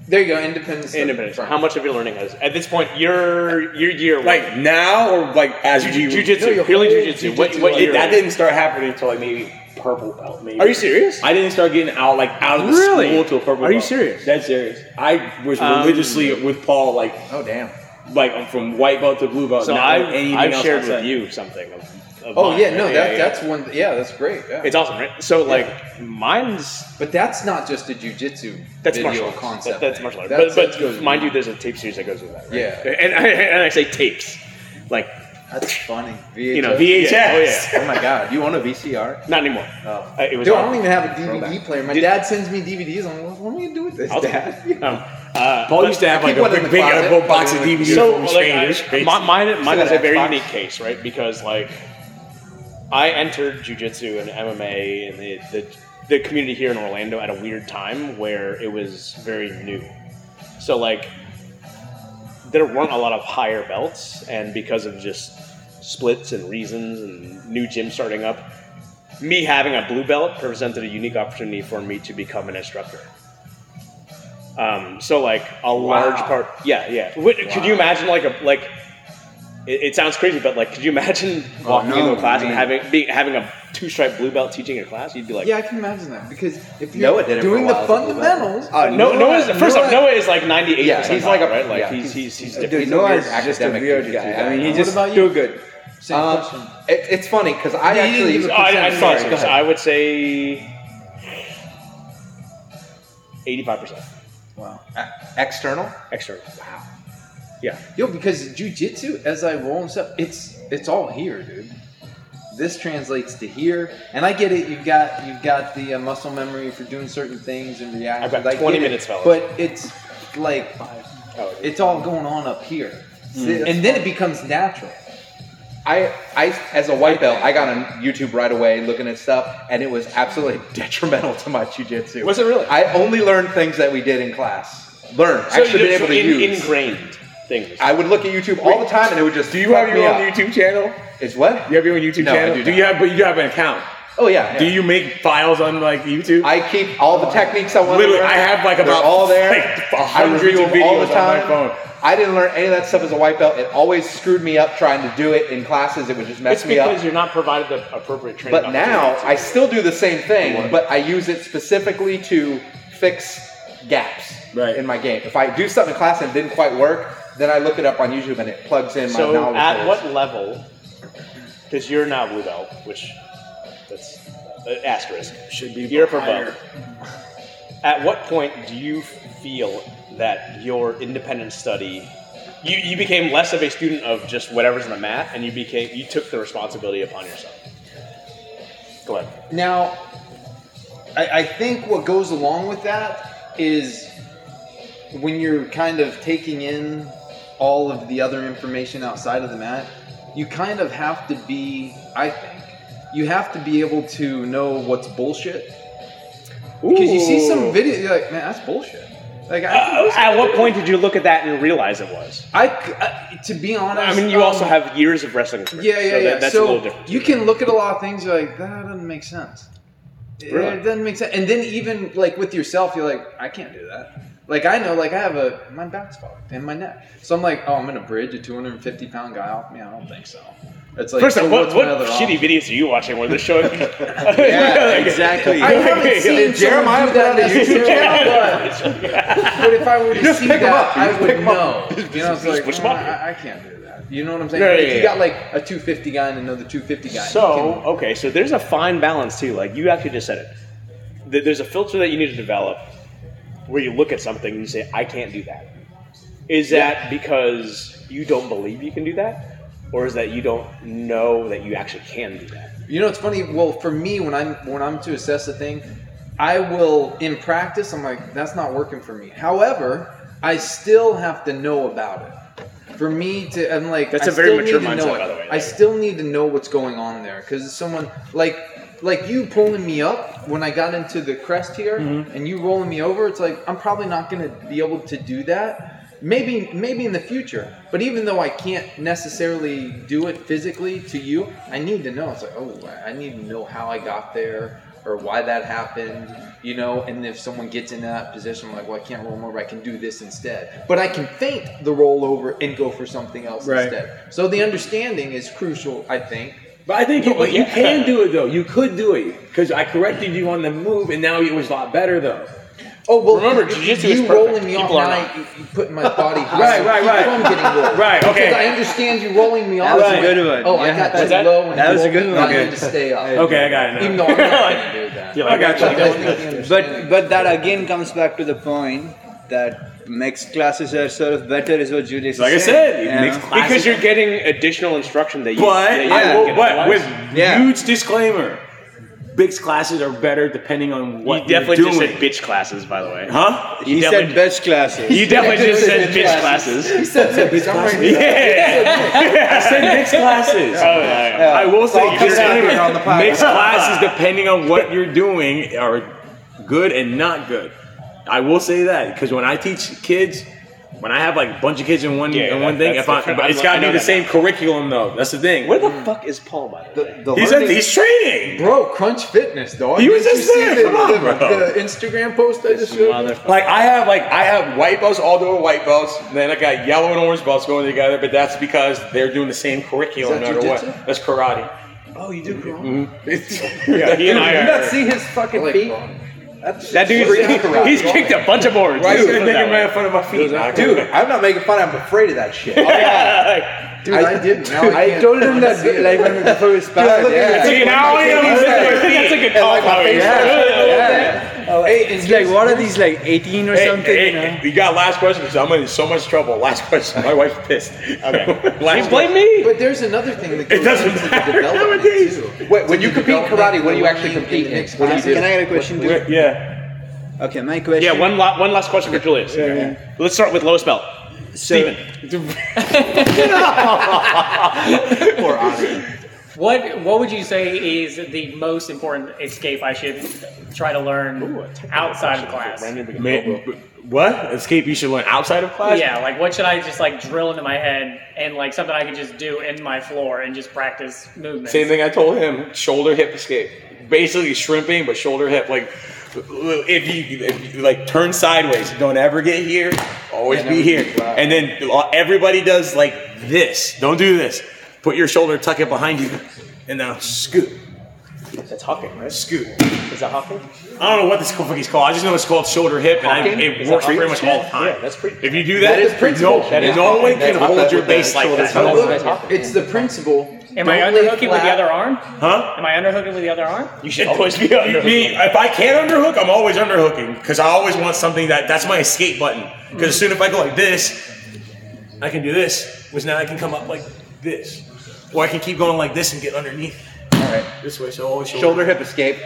B: there you go. Independence.
A: Independent. study. How much of your learning is at this point? Your your year
C: like now or like as
A: jiu
C: we
A: jitsu,
B: No, your
A: purely
B: whole
A: jiu jitsu. What,
B: jujitsu
A: what
B: life.
A: year?
C: It, that didn't start happening until like maybe purple belt. Maybe.
A: Are you serious?
C: I didn't start getting out like out of the
A: Really?
C: school till purple.
A: Are you
C: belt.
A: serious?
C: That's serious. I was religiously with Paul like
E: Oh damn.
C: like I'm from white belt to blue belt.
A: So
C: not
A: I've,
C: like anything
A: I've
C: else
A: shared
C: outside.
A: with you something of, of
B: Oh
A: mine,
B: yeah, no,
A: right?
B: that,
A: yeah.
B: that's one. Yeah, that's great. Yeah.
A: It's awesome, right? So like mine's
B: but that's not just a jujitsu.
A: that's
B: video
A: martial arts.
B: concept.
A: That- that's
B: thing.
A: martial arts.
B: That's-
A: but but
B: that goes
A: mind you,
B: beyond.
A: there's a tape series that goes with that. Right?
B: Yeah.
A: And I, and I say tapes, like
B: that's funny.
A: you know
C: VHS.
A: Yeah, oh, yeah.
E: Oh my god. You own a VCR?
A: Not anymore.
E: Oh.
A: Uh, it was.
B: Dude, I
A: on-
B: don't even have a DVD
E: Throwback.
B: player. My
A: Did-
B: dad sends me DVDs. I'm like, what am I gonna do with this,
A: I'll-
B: Dad?
A: um, uh,
C: Paul
A: but-
C: used to have
E: keep
C: like a
E: one in
C: big,
E: the
C: big
E: closet.
C: uh, box of DVDs.
A: so
C: from
A: like,
C: Spain.
A: I,
C: It's crazy.
A: my, mine, mine is a
E: that
A: very
E: Xbox.
A: unique case, right? Because like I entered jujitsu and MMA and the, the the community here in Orlando at a weird time where it was very new. So like there weren't a lot of higher belts and because of just splits and reasons and new gyms starting up, me having a blue belt presented a unique opportunity for me to become an instructor. Um, so like a large part, yeah, yeah. What, Could you imagine like a like? It, it sounds crazy, but like, could you imagine
E: Oh,
A: walking
D: no,
A: into a class and
D: man.
A: having being, having a two stripe blue belt teaching a class? You'd be like,
B: Yeah, I can imagine that because if you're
E: Noah did it for
B: doing
E: a
B: the
E: while as a blue belt.
B: fundamentals,
D: Uh,
A: No,
D: Noah-
A: Noah is first off.
B: Noah-
A: Noah is like ninety eight.
E: Yeah,
A: percent.
E: he's like a-
A: right. Like
E: yeah.
A: he's he's he's different.
B: Dude,
E: He's a weird
B: Noah's
D: just a
E: academic
D: weird
E: jujitsu
D: guy. I mean, he
B: What
D: just
B: about you?
D: do good.
B: same
E: Um,
B: question.
E: it, it's funny because I
B: Yeah, you didn't
E: actually
B: give
A: Oh,
B: a
A: I, I'm
B: percentage.
A: sorry.
B: Sorry, go ahead.
A: I would say eighty five percent
B: Wow.
E: Uh, external.
A: external. Wow.
B: Yo, because jujitsu, as I roll and stuff, it's it's all here, dude. This translates to here, and I get it. You've got you've got the uh, muscle memory for doing certain things and reactions.
A: I've got
B: I get
A: 20
B: it.
A: minutes, fellas.
B: But it's like
A: Oh, it-
B: it's all going on up here,
A: Mm.
B: and then it becomes natural.
E: I, I, as a white belt, I got on YouTube right away looking at stuff, and it was absolutely detrimental to my jujitsu.
A: Was it really?
E: I only learned things that we did in class. Learn,
A: So
E: actually
A: you-
E: been able
A: so
E: to
A: in-
E: use.
A: ingrained things.
E: I would look at YouTube all the time, and it would just.
C: Do you have
E: fuck
C: your
E: me up.
C: own YouTube channel?
E: It's what?
C: You have your own YouTube
E: No, I
C: channel?
E: do
C: you have? But you have an account.
E: Oh yeah. yeah.
C: Do you make files on like YouTube?
E: I keep all the techniques I want.
C: Literally,
E: to learn.
C: I have, like,
E: They're
C: about,
E: all there.
C: like,
E: I
C: hundreds
E: review
C: of
E: them all the
C: videos on my
E: time.
C: phone.
E: I didn't learn any of that stuff as a white belt. It always screwed me up trying to do it in classes. It would just mess
A: It's
E: me up.
A: because you're not provided the appropriate training.
E: But now I still do the same thing, but I use it specifically to fix gaps
C: Right.
E: in my game. If I do something in class and it didn't quite work, then I look it up on YouTube and it plugs in my
A: So
E: knowledge.
A: at
E: base.
A: what level? Because you're now blue belt, which that's uh, asterisk. Should be you're above. At what point do you feel that your independent study? You, you became less of a student of just whatever's in the mat, and you became you took the responsibility upon yourself. Go ahead.
B: Now, I, I think what goes along with that is when you're kind of taking in all of the other information outside of the mat, you kind of have to be, I think, you have to be able to know what's bullshit. Because you see some video, you're like, man, that's bullshit. Like, I, think
A: Uh,
B: those-
A: at what point did you look at that and realize it was?
B: I, c- I- to be honest,
A: I mean, you
B: um,
A: also have years of wrestling experience.
B: yeah, yeah,
A: so that-
B: yeah.
A: That's
B: so
A: a little different.
B: you can look at a lot of things. You're like, that doesn't make sense. It-
A: Really?
B: It doesn't make sense. And then even like with yourself, you're like, I can't do that. Like I know, like I have a my back's fucked and my neck, so I'm like, oh, I'm gonna bridge a 250 pound guy off me. I don't think so. It's like,
A: First
B: so
A: off, what,
B: what's my
A: what
B: other
A: shitty
B: option?
A: videos are you watching where they're showing?
D: Yeah, exactly.
B: I haven't seen
E: Jeremiah
B: Jeremiah do
E: put on
B: that
E: the
B: necessarily,
E: YouTube channel?
B: but, but if I were to
E: Just
B: see
E: pick 'em
B: that,
E: up. You
B: I
E: just
B: would
E: pick 'em
B: know.
E: up.
B: You know, it's like,
A: Which
B: well,
A: button?
B: I, I can't do that. You know what I'm saying?
A: Yeah,
B: if
A: yeah,
B: you
A: yeah.
B: got like a 250 guy and another 250 guy, you can-
A: So okay, so there's a fine balance too. Like you actually just said it. Th- There's a filter that you need to develop where you look at something and you say, "I can't do that." Is that because you don't believe you can do that, or is that you don't know that you actually can do that?
B: You know, it's funny. Well, for me, when I'm when I'm to assess a thing, I will in practice. I'm like, that's not working for me. However, I still have to know about it. For me to, I'm like,
A: That's
B: I
A: a very mature
B: still need to know
A: mindset,
B: it.
A: by the way.
B: I still need to know what's going on there because someone like like you pulling me up when I got into the crest here,
A: Mm-hmm.
B: and you rolling me over. It's like I'm probably not going to be able to do that. Maybe maybe in the future, but even though I can't necessarily do it physically to you, I need to know. It's like oh, I- I need to know how I got there or why that happened, you know. oh, And if someone gets in that position, I'm like well, I can't roll 'em over. I can do this instead, but I can feint the rollover and go for something else
D: Right.
B: instead. So the understanding is crucial, I think.
F: But I think you, but you can do it though. You could do it because I corrected you on the move, and now it was a lot better though.
B: Oh well,
A: Remember,
B: if- if
A: jiu-jitsu
B: you
A: is perfect.
B: rolling me off,
A: People are
B: now
A: not.
B: you, you put my body high.
F: Right,
B: so
F: right,
B: keep
F: right.
B: From getting rolled.
F: Right, okay.
B: Because I understand you rolling me
D: That
B: off.
D: was
F: Right.
D: a good one.
B: Oh, I
D: Yeah.
B: got too
A: Was that-
B: low. and
D: that was a good
B: rolled,
D: one.
B: and I
D: Okay.
B: need to stay up.
F: Okay, I got it now.
B: Even though I'm not going to do that.
F: Yeah, I got
B: But
F: you.
B: I think you
D: But but that again comes back to the point that mixed classes are sort of better, is what Julius
F: Like I
D: is
F: said,
D: saying.
F: you
D: you
F: mix
D: know?
F: classes.
A: Because you're getting additional instruction that you.
F: But
A: that you
F: I
A: don't
F: will,
A: get
F: but
A: otherwise.
F: with
D: Yeah.
F: huge disclaimer,
C: Bix classes are better depending on what
A: you definitely
C: you're
A: just said
C: doing.
A: bitch classes, by the way.
C: huh?
D: He said best classes.
A: You definitely just said bitch classes.
C: I said mixed classes.
A: Oh, yeah, yeah.
C: I will say,
E: I'll cut it out here on the
C: disclaimer,
E: podcast.
C: mixed classes, depending on what you're doing, are good and not good. I will say that because when I teach kids, when I have like a bunch of kids in one
A: Yeah,
C: in
A: that-
C: one thing,
A: that's
C: if I,
A: different.
C: but it's
A: I
C: got
A: know
C: to be the
A: that
C: same curriculum though. That's the thing.
A: Where the fuck is Paul, by the way?
K: The, the
C: he's at,
K: learning-
C: he's training.
K: bro, Crunch Fitness, dog.
C: He was
K: Didn't
C: just
K: you see
C: there,
K: the-
C: come on,
K: the-
C: bro.
K: The Instagram post I just showed. you?
A: Motherfucker.
C: Like I have like I have white belts, all doing white belts. and Then I got yellow and orange belts going together, but that's because they're doing the same curriculum no
K: Is that
C: matter what.
K: jujitsu?
C: That's karate. Mm-hmm.
E: Oh, you do karate.
C: Yeah, he and I
E: You
C: are-
E: not see his fucking
K: Like,
E: feet?
K: bro.
A: That dude's he's kicked a bunch of boards.
C: Why are you
A: Put it
C: gonna
A: that
C: make
A: way.
C: him in front of my feet?
E: Dude, I'm not making fun. I'm afraid of that shit.
K: Dude, I, didn't. Now I,
D: I
K: can't.
D: told him that like when before we sparred. Yeah.
A: See, now I am listening to your feet. That's a good call, Bobby.
D: Hey, it's like what are these like 18 or
C: Hey,
D: something?
C: hey,
D: you know?
C: you got last question because I'm in so much trouble. Last question. My wife's pissed. Okay. last
A: Blame me.
K: But there's another thing that goes
C: doesn't
K: into the
C: matter
K: development,
C: nowadays.
K: too.
E: Wait, when you compete karate, what do you
K: the
E: actually
K: learning
E: compete
K: in the
E: in?
K: next
E: What do you
K: class.
E: do?
D: Can I get a question too?
C: question. Yeah.
D: Okay, my question.
A: Yeah, one la- one last question for Julius. Let's start with lowest belt.
D: so,
H: What What would you say is the most important escape I should try to learn outside of class?
C: Man, what escape you should learn outside of class?
H: Yeah, like what should I just like drill into my head and like something I could just do in my floor and just practice movements.
C: Same thing I told him: shoulder hip escape. Basically shrimping, but shoulder hip. Like if you, if you like turn sideways, don't ever get here. Always be here. And then everybody does like this. Don't do this. Put your shoulder, tuck it behind you, and now scoot.
A: That's Hawking, right?
C: Scoot.
A: Is that Hawking?
C: I don't know what this fucking is called. I just know it's called shoulder hip, and I,
A: Hocking?
C: it
A: Is that
C: works pretty
A: Hocking?
C: much all the time.
A: Yeah, that's pretty-
C: If you do that,
E: That is principle.
C: No,
E: That is
C: no
E: Hocking.
C: one can
E: That's
C: hold
E: not
C: your
E: that with
C: base
E: the
C: like
E: shoulder
C: that.
D: oh,
K: But
C: No
K: look,
C: one-
K: it's the principle.
H: Am I
K: Don't lay
H: underhooking with the
K: flat.
H: other arm?
C: Huh?
H: Am I underhooking with the other arm?
A: You should always be under.
C: You- me- if I can't underhook, I'm always underhooking because I always want something that that's my escape button. Because as soon if I go like this, I can do this, which now I can come up like this, or I can keep going like this and get underneath. All right, this way. So always shoulder.
E: Shoulder hip escape.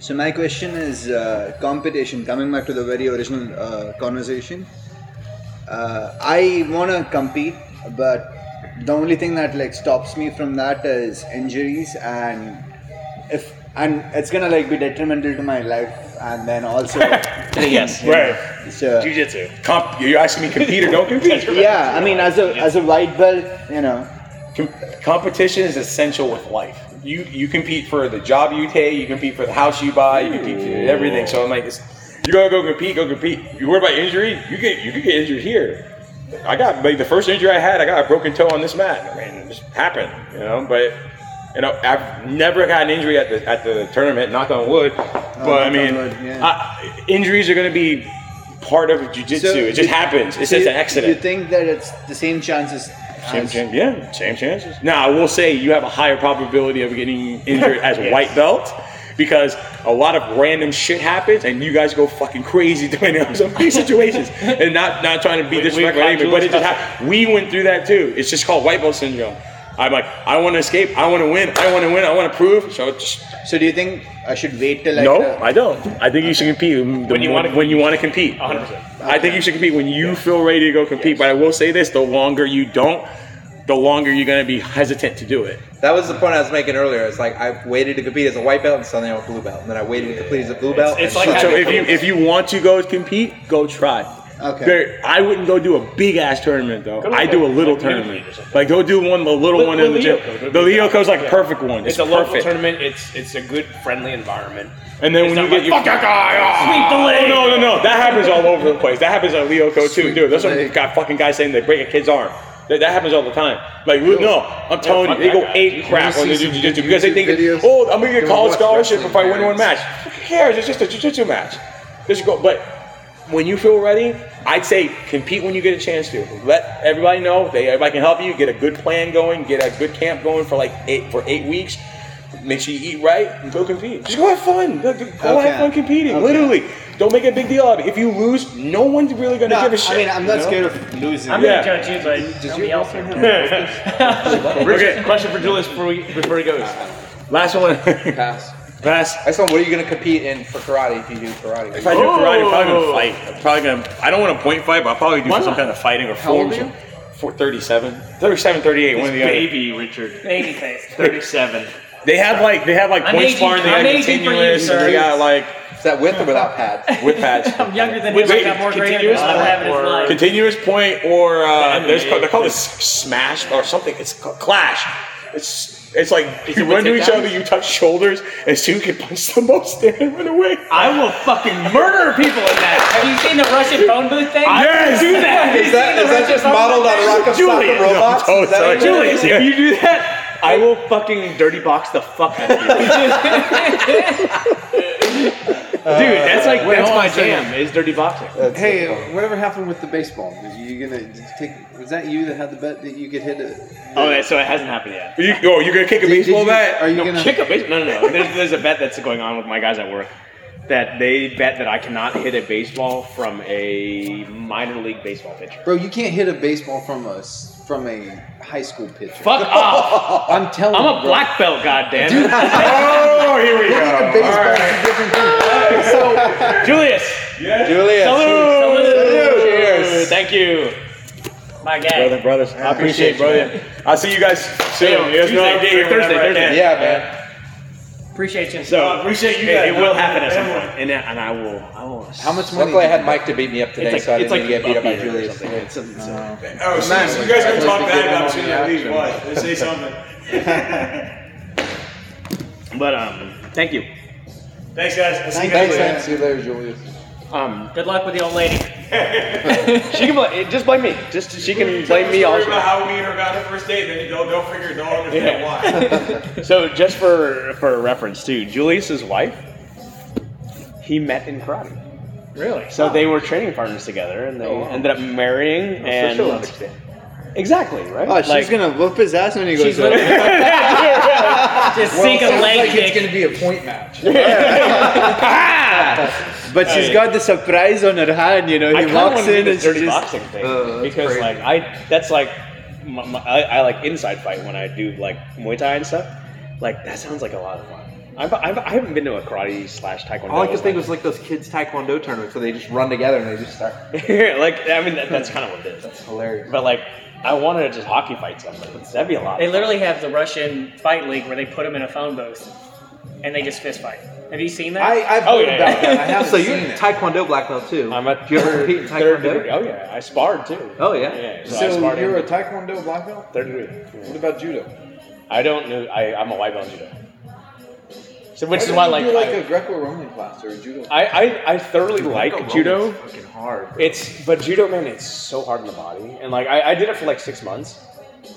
D: so my question is uh, competition. Coming back to the very original uh, conversation, uh, I wanna compete, but the only thing that like stops me from that is injuries and if and it's gonna like be detrimental to my life and then also
A: Yes.
C: Right.
D: so
A: Jiu-jitsu.
C: Comp, you're asking me compete or don't compete.
D: yeah i mean as a as a white belt you know
C: Com- competition is essential with life. You you compete for the job you take, you compete for the house you buy, you compete for everything. So I'm like, it's, you gotta go compete, go compete. You worry about injury, you get you could get injured here. I got like the first injury I had, I got a broken toe on this mat. I mean, it just happened, you know. But you know, I've never got an injury at the at the tournament. Knock on wood. But I
D: Oh, knock on
C: mean,
D: wood, yeah.
C: I, injuries are gonna be part of jujitsu.
D: So
C: it just
D: you-
C: happens. It's
D: so
C: just an
D: you-
C: accident.
D: you think that it's the same chances
C: Same
D: as-
C: chance, yeah, same chances. Now I will say you have a higher probability of getting injured as a white belt because a lot of random shit happens and you guys go fucking crazy depending on some of these situations. And not not trying to be disrespectful,
A: got
C: anyway, but it
A: Jules
C: just happened. We went through that too. It's just called white belt syndrome. I'm like, I want to escape. I want to win. I want to win. I want to prove. So just
D: so do you think i should wait till like uh,
C: no,
D: the-
C: I don't. I think you should compete when you want to, when you want to compete.
A: 100%.
C: I think you should compete when you feel ready to go compete. But I will say this: the longer you don't, the longer you're going to be hesitant to do it.
E: That was the point I was making earlier. It's like I waited to compete as a white belt and suddenly I'm a blue belt. And then I waited to compete as a blue belt.
A: It's
E: and
A: like
C: So
A: having
C: if you if you want to go compete, go try.
D: Okay.
C: There- I wouldn't go do a big ass tournament though.
A: to
C: I
A: like
C: do a
A: a-
C: little
A: like mini
C: tournament.
A: league or something.
C: Like go do one, the little
A: Li-
C: one in the
A: Li-
C: gym.
A: Leo Code.
C: The Leo code's like a perfect one.
A: It's,
C: It's,
A: a local
C: perfect.
A: tournament. It's it's a good friendly environment.
C: And then
A: It's
C: when
A: not like,
C: you get your
A: "Fuck that guy, ah!"
C: Oh, no, no, no. That happens all over the place. That happens at Leo Code too, dude. That's what got fucking guys saying they break a kid's arm. That, that happens all the time. Like, no, I'm telling you, they go ape crap
K: Can
C: on
K: we
C: the
K: see
C: jiu
K: some
C: jitsu
K: good
C: because they
K: YouTube
C: think,
K: videos?
C: oh, I'm gonna get a
K: Can we
C: college
K: watch
C: scholarship
K: wrestling
C: if I win one
K: parents?
C: match. Who cares? It's just a jiu jitsu match. Just go. But when you feel ready, I'd say compete when you get a chance to. Let everybody know. They everybody can help you. Get a good plan going. Get a good camp going for like eight for eight weeks. Make sure you eat right and go compete. Just go have fun. Go go
D: Okay.
C: have fun competing.
D: Okay.
C: Literally, don't make a big deal out of it. If you lose, no one's really gonna
D: No,
C: give a shit.
D: i mean i'm
C: you
D: not
C: know?
D: scared of losing
H: I'm
C: Yeah.
H: gonna judge you, but nobody else.
A: Okay. Question for Julius before we before he goes.
C: Last one.
K: Pass.
A: Pass.
B: I saw. What are you going to compete in for karate if you do karate?
C: If I do karate, I'm probably
A: Oh.
C: gonna fight. I'm probably gonna. I don't want to point fight, but I'll probably do
A: Why
C: some
A: not?
C: kind of fighting or
B: How old
C: form.
B: are you?
C: For 37, 37, 38, one of the other.
A: Baby Richard,
H: Baby face.
A: 37.
C: They have like they have like
H: I'm
C: points
H: aging-
C: farm. They
H: I'm
C: got
H: aging for you,
C: continuous. and They
H: sir.
C: got like
B: Is that with or without pads?
C: whip pads.
H: I'm younger than
C: Wait,
H: him. I
C: wait,
H: got more gray hair
C: continuous
H: than I'll have in his
A: or-
H: life.
C: continuous point or uh,
A: The
C: there's
A: NBA.
C: they're called it s- smash or something. It's ca- clash. It's it's like you
A: what
C: run to
A: they
C: each
A: got?
C: other, you touch shoulders, and see who can punch the most and run away.
A: I will fucking murder people in that.
H: Have you seen the Russian phone booth thing?
C: yes, do that.
B: Is that, is that just modeled on Rock of
C: Julian,
B: Soccer robots?
C: no,
B: Is that
C: sorry.
B: what it is?
A: Julius, if you do that, I will fucking dirty box the fuck out of you. Dude, that's like that's my jam. Is dirty boxing.
E: Hey, whatever happened with the baseball? Is you gonna did you take? Was that you that had the bet that you could hit a?
A: Okay, Oh, so it hasn't happened yet.
C: You, oh, you're gonna kick a
E: Did
C: baseball
E: you,
C: bat?
E: Are you
A: No,
E: gonna?
A: kick a base. No, no, no. There's, there's a bet that's going on with my guys at work that they bet that I cannot hit a baseball from a minor league baseball pitcher.
E: Bro, you can't hit a baseball from a s- from a high school pitcher.
A: Fuck off!
E: I'm telling you,
A: I'm a
E: bro.
A: black belt, goddamn.
C: Oh, here we go.
E: Baseball
C: All right.
E: is a different thing.
A: Julius,
B: Julius.
A: salute.
B: Cheers.
A: Thank you.
H: My guy.
C: Brother, brothers, I appreciate it, brother. I'll see you guys soon. You guys know
A: Tuesday,
C: I'm free
A: Thursday,
C: whenever I
A: Thursday.
C: can.
B: Yeah, man.
H: Appreciate you.
A: So
L: appreciate you
A: It,
L: guys.
A: it will happen at some point, and, uh, and I will. I will.
E: How much money?
B: Luckily, I had Mike to beat me up today,
A: like-
B: so I
A: it's
B: didn't
A: like
B: get beat up by
A: Bucky or
B: Julius.
C: Oh, so, so you guys can talk bad about me at least once. Let's say something.
A: But um, thank you.
C: Thanks, guys. I'll see you
E: Thanks,
C: guys later.
E: man. See you later, Julius.
A: Um,
H: Good luck with the old lady.
A: she can bl- just blame me. Just she can blame me
C: Sorry
A: also.
C: about how me and her got her first date, then they'll, they'll figure they'll understand why.
A: So just for for reference too, Julius's wife, he met in karate. Really? So they were training partners together, and they ended up marrying. and
C: she'll understand.
A: Exactly right.
D: Oh, she's gonna whoop his ass when he goes
H: She's
D: over.
H: literally just seek a leg kick.
B: to be a point match.
A: Ah!
D: But she's got the surprise on her hand, you know.
A: I
D: He
A: kinda wanna
D: walks
A: do
D: in
A: the
D: and she
A: dirty
D: just.
A: boxing thing
B: Oh,
D: Uh, that's
A: because
D: crazy.
A: like I that's like my, my, I, I like inside fight when I do like Muay Thai and stuff. Like that sounds like a lot of fun. I've, I've, I haven't been to a karate slash taekwondo.
B: All I could think was like those kids' taekwondo tournaments where they just run together and they just start.
A: like I mean that, that's kind of what it is.
B: Hilarious.
A: But like I wanted to just hockey fight somebody. That'd be a lot.
H: They
A: of fun.
H: literally have the Russian fight league where they put them in a phone booth and they just fist fight. Have you seen that?
B: I, I've
A: Oh,
B: heard
A: yeah,
B: about
A: yeah.
B: that. I have
E: So
B: so
E: you're
B: you're taekwondo black belt too.
A: I'm a
B: Do you ever compete in
A: third
B: taekwondo?
A: degree. Oh yeah, I sparred too.
B: Oh, yeah?
A: Yeah. So, I
E: So
A: sparred
E: you're
A: in
E: a taekwondo black belt.
A: third degree.
E: What about judo?
A: I don't know. I I'm a white belt in judo. So which
E: Why
A: is
E: don't
A: why
E: you
A: like
E: do like
A: I-
E: a Greco-Roman class or a judo?
A: I, I, I thoroughly like judo.
B: Fucking hard.
A: It's but judo man, it's so hard on the body. And like I, I did it for like six months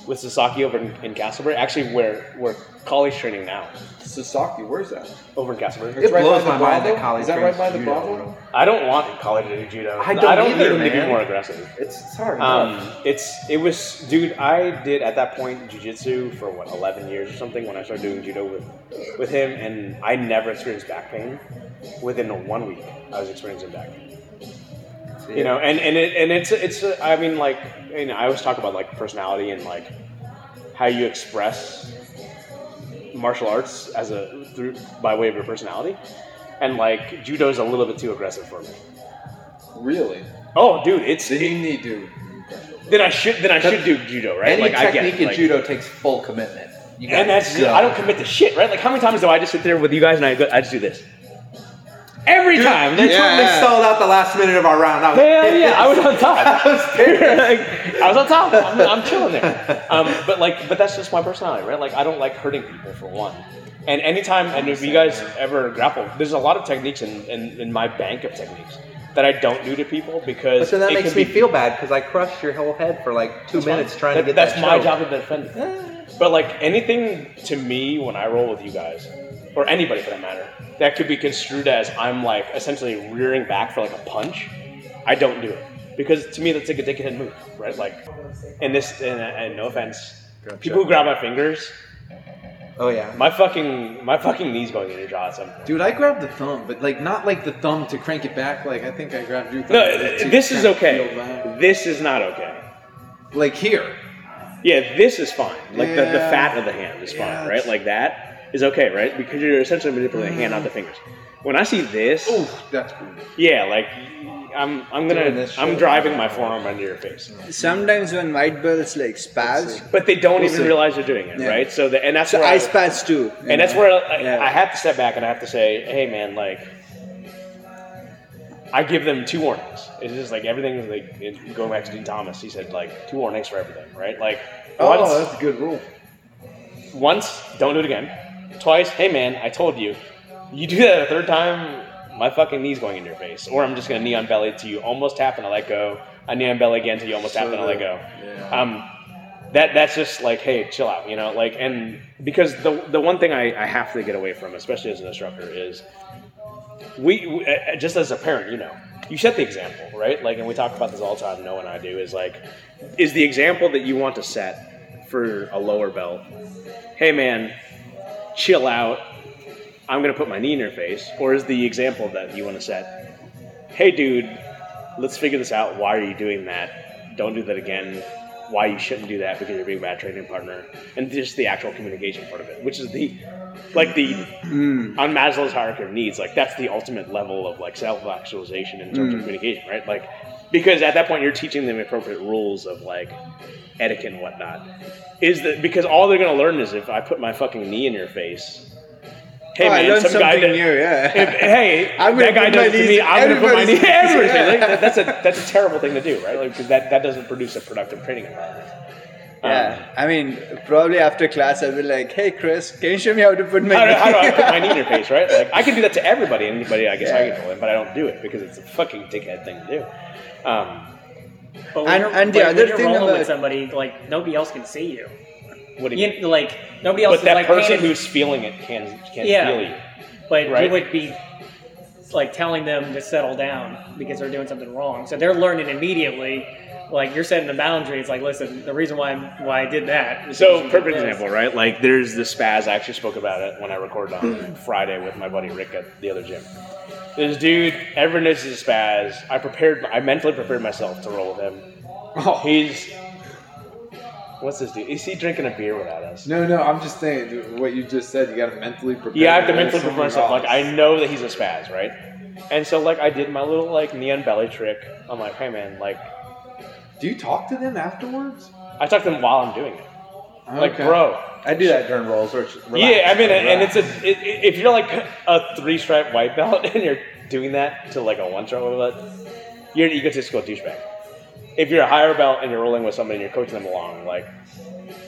A: with Sasaki over in, in Castleberry. Actually, where where Kali's training now
E: Sasaki, where's that?
A: over in Castleberry.
E: It's right
B: blows
E: by the
B: my mind that
E: Bravo?
B: Kali
E: Is that right
B: trains
E: by the
B: judo,
E: Bravo?
B: bro.
A: I don't want Kali to do judo.
B: I don't either,
A: need him to
B: man.
A: be more aggressive.
B: It's, it's hard.
A: Um, it's it was dude. I did at that point jujitsu for what eleven years or something when I started doing judo with with him, and I never experienced back pain. Within one week, I was experiencing back. pain. You know, and and it and it's it's. uh, I mean, like you know, I always talk about like personality and like how you express martial arts as a through by way of your personality, and like judo is a little bit too aggressive for me.
E: Really?
A: Oh, dude, it's
E: Then you need to.
A: then I should then I should do judo, right?
B: Any
A: I
B: technique
A: it,
B: in
A: like-
B: judo takes full commitment. You
A: and
B: gotta
A: that's
B: go.
A: I don't commit to shit, right? Like how many times do I just sit there with you guys and I go, I just do this every time? That's
B: Yeah. Totally stalled out the last minute of our round. I was
A: Hell yeah, I was on top.
B: I was pissed.
A: like, I was on top. I'm, I'm chilling there. Um, but like, but that's just my personality, right? Like, I don't like hurting people for one. And anytime, and if you guys ever grapple, there's a lot of techniques in, in, in my bank of techniques that I don't do to people because
B: But so that
A: it
B: makes
A: can
B: me
A: be
B: feel bad because I crushed your whole head for like two minutes trying
A: That-
B: to get
A: that's
B: that Eh.
A: my
B: choke.
A: job to defend it. But like anything to me when I roll with you guys, or anybody for that matter, that could be construed as I'm like essentially rearing back for like a punch. I don't do it because to me that's like a dickhead move, right? Like, and this, and, and no offense, people who grab my fingers,
B: Oh yeah.
A: my fucking my fucking knees going in your jaw at some point.
E: Dude, I grabbed the thumb, but like not like the thumb to crank it back. Like I think I grabbed your thumb.
A: No,
E: to
A: this is
E: crank it
A: okay.
E: back.
A: This is not okay.
E: Like here.
A: Yeah, this is fine. Like the, the
E: Yeah.
A: fat of the hand is fine,
E: Yeah,
A: right?
E: it's-
A: Like that. is okay, right? Because you're essentially manipulating the hand,
E: Mm.
A: not the fingers. When I see this,
B: That's brutal.
A: yeah, like I'm I'm
E: Doing
A: gonna
E: this
A: I'm
E: shit.
A: driving my forearm under your face,
D: Sometimes when white belts like spaz,
A: but they don't even realize they're doing it,
D: Yeah.
A: right? So the, and that's
D: so
A: where
D: I spaz too. you
A: and that's
D: know.
A: where I,
D: Yeah.
A: I have to step back and I have to say, hey man, like I give them two warnings. It's just like everything is like it- going back to Dean Thomas. He said like two warnings for everything, right? Like once,
B: Oh, that's a good rule.
A: once, don't do it again. Twice, hey man, I told you. You do that a third time, my fucking knee's going in your face, or I'm just gonna knee on belly till you almost tap and I let go. I knee on belly again till you almost tap and I let go. Um, that that's just like, hey, chill out, you know, like, and because the the one thing I, I have to get away from, especially as an instructor, is we, we uh, just as a parent, you know, you set the example, right? Like, and we talk about this all the time. No and I do is like, is the example that you want to set for a lower belt. Hey, man, chill out. I'm gonna put my knee in your face, or is the example that you want to set? Hey, dude, let's figure this out. Why are you doing that? Don't do that again. Why you shouldn't do that because you're being a bad training partner, and just the actual communication part of it, which is the like the
D: Hmm.
A: on Maslow's hierarchy of needs. Like that's the ultimate level of like self actualization in terms of
D: Hmm.
A: communication, right? Like because at that point you're teaching them appropriate rules of like etiquette and whatnot. Is that because all they're gonna learn is if I put my fucking knee in your face. Hey
D: Oh, I
A: man,
D: learned
A: some guy
D: something
A: did-
D: new. Yeah.
A: if, hey,
D: I'm gonna
A: that guy
D: put my
A: does it to
D: knees
A: me.
D: in
A: I'm gonna put my knee
D: everybody's
A: in
D: face.
A: everything. Like, that's a that's a terrible thing to do, right? Like because that, that doesn't produce a productive training environment. Um,
D: Yeah, I mean, probably after class I'll be like, "Hey, Chris, can you show me how to put my?"
A: how, do, how do I
D: knee?"
A: put my knee in your face, right? Like I can do that to everybody, anybody I guess I can pull in, but I don't do it because it's a fucking dickhead thing to do. Um,
H: But when
D: And-
H: you're-
D: and the
H: but
D: other
H: when you're
D: thing
H: rolling
D: about-
H: with somebody, like nobody else can see you.
A: what do you mean?
H: you like nobody else.
A: But
H: is,
A: that
H: like,
A: person
H: paying-
A: who's feeling it can can
H: Yeah.
A: feel you.
H: but
A: right?
H: you would be like telling them to settle down because they're doing something wrong. So they're learning immediately. Like you're setting the boundary. It's like, listen, the reason why why I did that. is because
A: So
H: you did
A: perfect
H: this.
A: example, right? Like there's the spaz. I actually spoke about it when I recorded on Friday with my buddy Rick at the other gym. This dude, everyone knows he's a spaz. I prepared, I mentally prepared myself to roll with him. He's what's this dude? Is he drinking a beer without us?
B: No, no, I'm just saying dude, what you just said. You got to mentally prepare.
A: Yeah, I have to
B: for
A: mentally
B: something
A: prepare myself. Like
B: else.
A: I know that he's a spaz, right? And so like I did my little like neon belly trick. I'm like, hey man, like
B: do you talk to them afterwards?
A: I talk to them while I'm doing it. Like
B: Okay.
A: bro,
E: I do that during rolls. Or
A: Yeah, I mean, and it's a it, it- if you're like a three stripe white belt and you're doing that to like a one stripe white belt, you're an egotistical douchebag. If you're a higher belt and you're rolling with somebody and you're coaching them along, like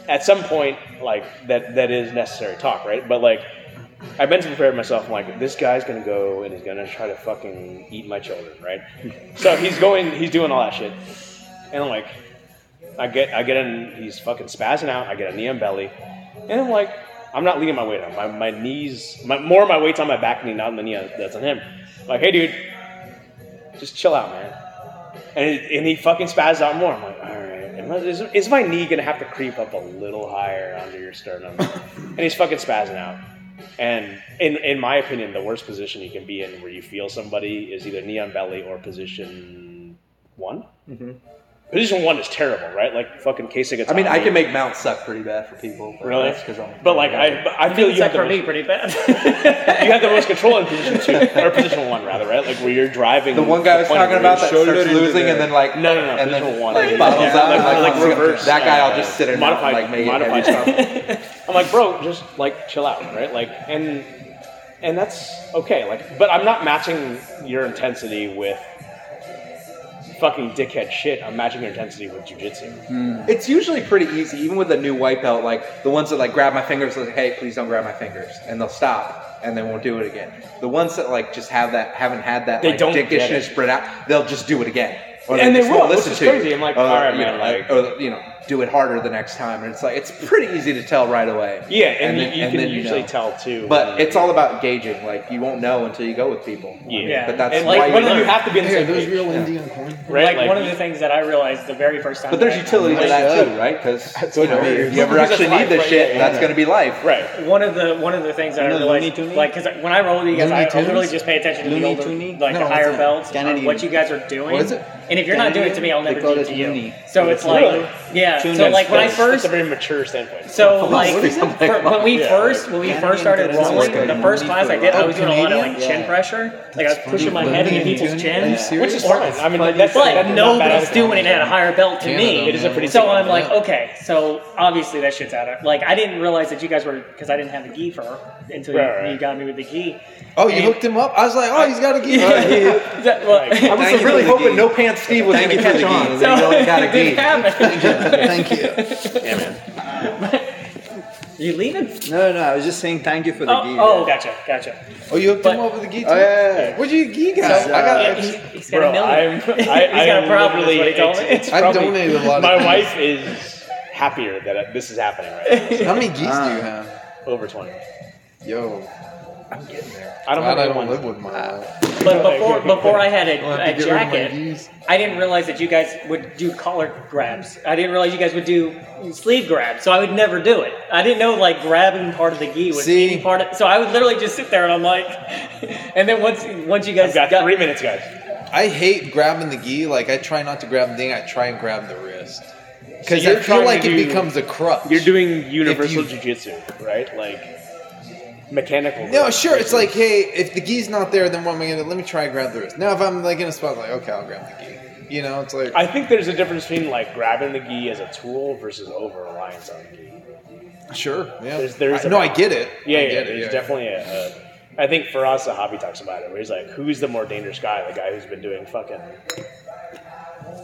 A: at some point, like that that is necessary talk, right? But like I meant to prepare myself. I'm like, this guy's gonna go and he's gonna try to fucking eat my children, right? so he's going, he's doing all that shit, and I'm like, I get, I get in, he's fucking spazzing out. I get a knee and belly, and I'm like, I'm not leaning my weight on my, my knees, my, more of my weight's on my back knee, not on the knee that's on him. I'm like, hey dude, just chill out, man. And he, and he fucking spazzes out more. I'm like, all right. am I- Is, is my knee gonna have to creep up a little higher under your sternum? and he's fucking spazzing out. And in in my opinion, the worst position you can be in where you feel somebody is either knee on belly or position one. Position one is terrible, right? Like fucking casing.
E: Mm-hmm. I mean, I can make mount suck pretty bad for people. But
A: really,
E: that's 'cause I'm-
A: but like I, but I feel you have
H: Except
A: the
H: for me,
A: most,
H: pretty bad.
A: you have the most control in position two or position one rather, right? Like where you're driving.
E: the one guy I was
A: point of
E: talking about that
D: shoulder
E: starts
D: into
E: losing
D: the-
E: and then like
A: No, no, no,
E: and
A: position
E: then
A: one.
E: like,
A: Yeah.
E: bottles
A: Yeah,
E: up.
A: like-
E: like,
A: like
E: I'm gonna-
A: reverse,
E: That guy, I'll
A: uh,
E: just sit in
A: modified-
E: like make
A: modified
E: every-
A: I'm like, bro, just like chill out, right? Like, and and that's okay. Like, but I'm not matching your intensity with fucking dickhead shit. I'm matching your intensity with
E: Mm,
A: jujitsu.
E: It's usually pretty easy, even with a new white belt. Like the ones that like grab my fingers, like hey, please don't grab my fingers, and they'll stop and they won't do it again. The ones that like just have that haven't had that
A: They
E: like,
A: don't get it.
E: dickishness spread out, they'll just do it again. Or
A: And they
E: just
A: will,
E: won't
A: which is crazy. I'm like,
E: Or,
A: all right,
E: Uh, you
A: man,
E: know,
A: like-
E: or, you know, do it harder the next time. And it's like it's pretty easy to tell right away.
A: Yeah, and, you,
E: then-
A: you
E: and
A: can
E: then
A: usually
E: know.
A: tell too. Mm.
E: But it's all about gauging. Like you won't know until you go with people.
A: yeah,
E: but that's
A: and
E: why
A: like,
E: you
A: but you
E: learn.
A: have to be in the
B: Hey, are
A: same
B: those
A: page,
B: real Indian coin?
A: right?
H: like, one of the things that I realized the very first time.
E: But there's
H: that I-
E: utility to
H: like,
E: that too, right? Because you know, if you ever
A: Because
E: actually
A: that's
E: need
A: life,
E: this
A: right?
E: shit,
A: Yeah,
E: that's going to be life.
A: right.
H: one of the one of the things that I
D: You know Looney
H: realized,
D: Tunes?
H: like, because when I roll with you guys,
D: Looney
H: I, I
D: Tunes?
H: literally just pay attention to
D: Looney
H: the older,
D: Tunes?
H: like
D: No,
H: the
D: what's
H: higher
D: that?
H: belts and
D: Canadian.
H: what you guys are doing.
B: What is it?
H: And if you're not doing it to me, I'll
M: They
H: never
M: call
H: do it
M: it
H: to you.
M: Looney.
H: So it's like,
A: Really?
H: yeah.
A: Tuned
H: so
A: in.
H: like when I
A: That's-
H: first
A: that's a very mature standpoint.
H: So like
N: something
H: for- when we
A: Yeah.
H: first when we first started
M: that's
H: rolling,
M: okay.
H: the first class I did, I was doing a lot of like
M: Canadian?
H: chin
M: Yeah.
H: pressure. Like I was pushing my head into people's chins.
A: Which is fine. I mean, that's, that's
H: But
A: not
H: nobody's
A: bad.
H: doing it at a higher belt to me.
A: It is a pretty
H: so
A: sick
H: I'm like,
A: belt.
H: okay, so obviously that shit's out of like I didn't realize that you guys were because I didn't have a gi for until
A: Right, right.
H: you got me with the gi.
B: Oh, you hooked him up? I was like, oh, he's got a gi.
H: Is that- well,
B: I was really hoping No Pants Steve was going to catch on.
H: so
B: got a
H: it didn't
B: gi.
H: happen.
D: thank you.
H: you leaving?
D: No, no, I was just saying thank you for the
H: Oh,
D: gi.
H: oh, gotcha, gotcha.
B: Oh, you hooked
H: But-
B: him up with a gi too?
D: Oh, yeah, yeah, yeah.
B: What'd you gi guy?
D: So,
B: I got
A: uh,
H: Yeah, he's, he's got a
A: Bro,
H: million.
A: I'm, I,
H: he's
A: I
H: got a
A: am
H: problem. is
A: literally-
H: what he told
A: it's,
H: me.
A: it's
B: I've
A: probably-
B: donated a lot of
A: My
B: things.
A: wife is happier that this is happening right now.
B: How many geese do
D: Ah.
B: you have?
A: Over 20.
B: Yo,
A: I don't have
B: glad I
A: any
B: don't
A: one.
B: live with my wife.
H: But before before I had
B: I'll
H: a,
B: have
H: a
B: to get rid of my
H: jacket,
B: geese.
H: I didn't realize that you guys would do collar grabs. I didn't realize you guys would do sleeve grabs, so I would never do it. I didn't know like grabbing part of the gi was
B: See?
H: any part of. So I would literally just sit there and I'm like, and then once once you guys
A: I've got,
H: got
A: three minutes, guys.
B: I hate grabbing the gi. Like, I try not to grab the thing. I try and grab the wrist. Because
A: So you're
B: I feel
A: trying
B: like
A: to
B: it
A: do-
B: becomes a crutch.
A: You're doing universal
B: you-
A: jiu-jitsu, right? Like mechanical.
B: No, sure. It's like, hey, if the gi's not there, then what am I gonna? Let me try and grab the wrist. Now, if I'm like in a spot, like, okay, I'll grab the gi. You know, it's like,
A: I think there's a difference between like grabbing the gi as a tool versus over reliance on the gi.
B: sure, yeah.
A: There's- there's
B: I-
A: a
B: no, I
A: balance.
B: get it.
A: Yeah,
B: I
A: yeah,
B: get it,
A: there's definitely a, a. I think for us, the hobby talks about it, where he's like, "Who's the more dangerous guy? The guy who's been doing fucking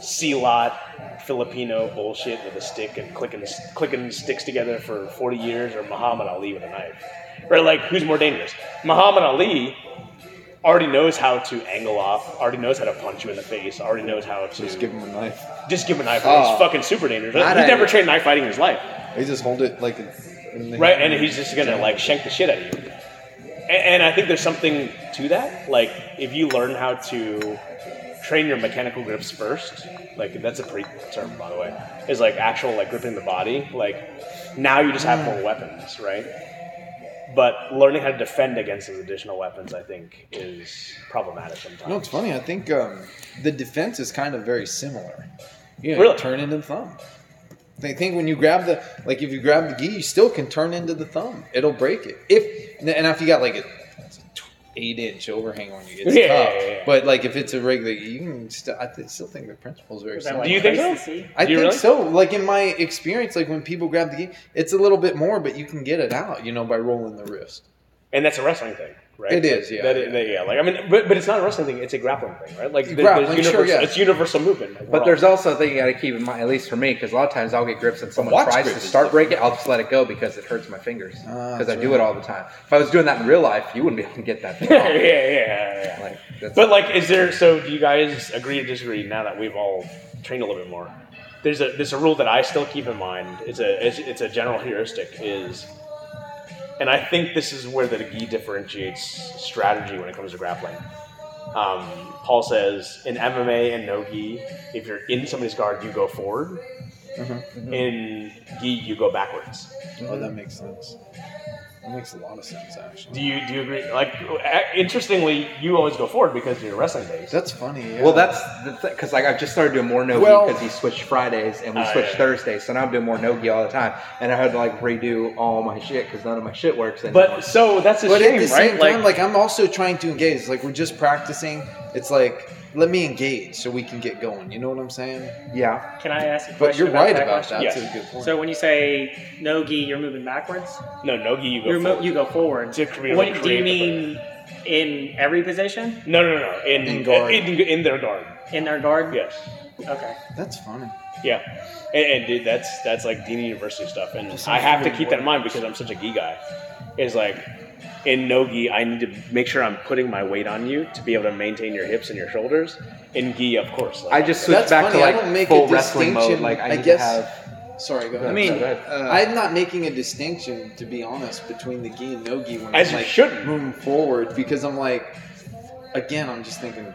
A: sea lot Filipino bullshit with a stick and clicking clicking sticks together for 40 years, or Muhammad Ali with a knife? Or like, who's more dangerous? Muhammad Ali already knows how to angle off, already knows how to punch you in the face, already knows how to
B: Just give him a knife.
A: just give him a knife.
B: Oh.
A: He's fucking super dangerous. He's
D: Not a-
A: never trained knife fighting in his life.
B: He just hold it like. In the
A: Right, and he's just gonna like shank the shit out of you. And, and I think there's something to that. Like, if you learn how to train your mechanical grips first, like that's a pretty term, by the way, is like actual like gripping the body. Like, now you just have more weapons, right? But learning how to defend against those additional weapons, I think, is problematic sometimes.
B: No, it's funny. I think um, the defense is kind of very similar. You know,
A: Really?
B: turn into the thumb. I think when you grab the like, if you grab the gi, you still can turn into the thumb. It'll break it. If and if you got like a tw- eight inch overhang on you, it's
A: Yeah,
B: tough.
A: yeah, yeah.
B: But like if it's a regular, gi, you can. St- I th- still think the principle is very
H: Is that
B: similar.
A: Do you think so?
H: crazy?
B: I
A: Do you
B: think
A: really?
B: so. Like in my experience, like when people grab the gi, it's a little bit more, but you can get it out. You know, by rolling the wrist.
A: And that's a wrestling thing, right?
B: It is, yeah,
A: That is,
B: yeah.
A: yeah. Like, I mean, but, but it's not a wrestling thing; it's a grappling thing, right? Like, there's
B: Grappling, sure,
A: universal,
B: yeah.
A: it's universal movement. Like, we're
E: But
A: all-
E: there's also a thing you got to keep in mind, at least for me, because a lot of times I'll get grips and someone
B: watch
E: tries
B: grip
E: to
B: is
E: start breaking. I'll just let it go because it hurts my fingers
B: Ah,
E: because I
B: that's
E: do
B: right.
E: it all the time. If I was doing that in real life, you wouldn't be able to get that. Thing
A: yeah, yeah,
E: off.
A: yeah, yeah.
E: like, that's,
A: But like, is there? So, do you guys agree or disagree? Now that we've all trained a little bit more, there's a there's a rule that I still keep in mind. It's a it's, it's a general heuristic is, and I think this is where the gi differentiates strategy when it comes to grappling. Um, Paul says in MMA and no gi, if you're in somebody's guard, you go forward. In gi, you go backwards.
B: Oh, that makes sense. That makes a lot of sense, actually.
A: Do you do you agree? Like, a- interestingly, you always go forward because you're wrestling based.
B: That's funny. Yeah.
E: well, that's because like I've just started doing more no
B: Well-
E: because he switched Fridays and we
A: Ah,
E: switched
A: yeah.
E: Thursdays, so now I'm doing more no all the time, and I had to like redo all my shit because none of my shit works anymore.
A: But so that's a
B: but
A: shame,
B: at the
A: right?
B: same time, like I'm also trying to engage. It's Like we're just practicing. It's like let me engage so we can get going. You know what I'm saying?
E: yeah,
H: Can I ask a question?
B: But you're right
H: that
B: about
H: question?
B: that. That's
A: Yes.
B: a good point.
H: So when you say no gi, you're moving backwards.
A: No, Nogi, you go.
H: You're mo-
A: forward.
H: you go forward.
A: To create-
H: What, do
A: create
H: you
A: the
H: mean in every position
A: No, no, no. In
B: In guard.
A: In, in their guard.
H: in their guard?
A: Yes.
H: Okay.
B: that's funny.
A: Yeah. And, and dude, that's that's like Dean University stuff, and I have to keep that in mind because I'm such a gi guy. Is like in no gi, I need to make sure I'm putting my weight on you to be able to maintain your hips and your shoulders. In gi, of course. like-
E: I just switched
B: That's
E: back
B: funny.
E: to
B: I don't
E: like
B: make
E: full
B: a
E: wrestling
B: distinction.
E: mode. Like I,
B: I,
E: need
B: guess.
E: to have
B: Sorry, go ahead.
D: I
E: No,
D: mean,
E: go ahead.
D: uh,
B: I'm not making a distinction, to be honest, between the gi and no gi when
A: As
B: I'm
A: you
B: like
A: shouldn't.
B: moving forward because I'm like, again, I'm just thinking.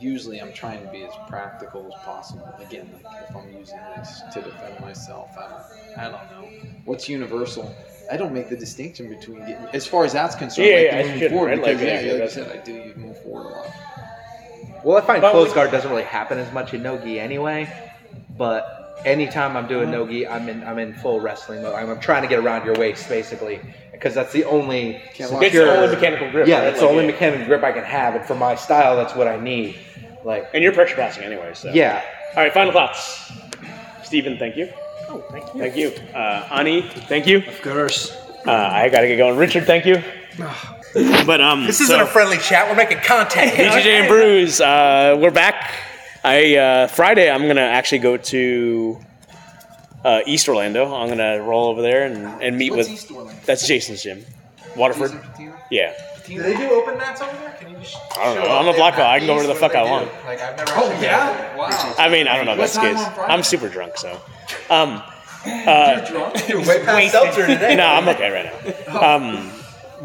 B: Usually, I'm trying to be as practical as possible. Again, like if I'm using this to defend myself, I don't, I don't know what's universal. I don't make the distinction between getting, as far as that's concerned,
A: Yeah,
B: like
A: yeah,
B: the
A: I
B: moving
A: shouldn't,
B: forward
A: right?
B: because
A: Like,
B: yeah,
A: yeah,
B: like you
A: that's-
B: said, I do move forward a lot.
E: Well, I find
O: But
E: close
O: we-
E: guard doesn't really happen as much in nogi anyway. But anytime I'm
B: Uh-huh.
E: doing nogi, I'm in I'm in full wrestling mode. I'm, I'm trying to get around your waist basically because that's the only secure,
P: It's the only mechanical grip.
E: yeah
P: right?
E: that's the
P: Like,
E: only mechanical grip I can have, and for my style, that's what I need. Like
A: And you're pressure passing anyway, so.
E: yeah,
A: All right, final thoughts. Stephen, thank you.
O: Oh, thank you.
A: Thank you. Uh, Ani, thank you.
Q: Of course.
A: Uh, I gotta get going. Richard, thank you. But um,
R: This isn't a friendly chat. We're making contact.
A: BJJ and Brews. Uh, we're back. I uh, Friday. I'm gonna actually go to uh, East Orlando. I'm gonna roll over there and, and meet
B: What's
A: with.
B: East Orlando?
A: That's Jason's gym, Waterford.
B: Jason Patina?
A: Yeah,
E: do they do open mats over there? Can you just
A: I don't know. Uh, I'm a black belt. I can go where the fuck I want.
E: Like I've never. Oh yeah. Wow.
A: I mean, I don't know. if That's the
B: time
A: case.
B: on Friday?
A: I'm super drunk, so. Um, uh,
E: Way past seltzer today.
A: no, I'm okay right
B: Oh.
A: now. Um,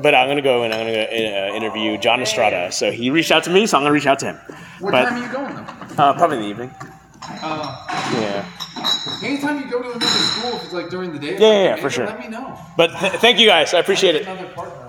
A: but I'm gonna go and I'm gonna go in, uh, interview John Estrada. So he reached out to me, so I'm gonna reach out to him.
B: What
A: But-
B: time are you going though?
A: Uh, probably in the evening.
B: Uh,
A: Yeah.
B: anytime you go to another school, if it's like during the day,
A: Yeah, yeah,
B: like,
A: yeah,
B: hey,
A: for sure.
B: Let me know.
A: But th- thank you guys. I appreciate it.
B: Another partner.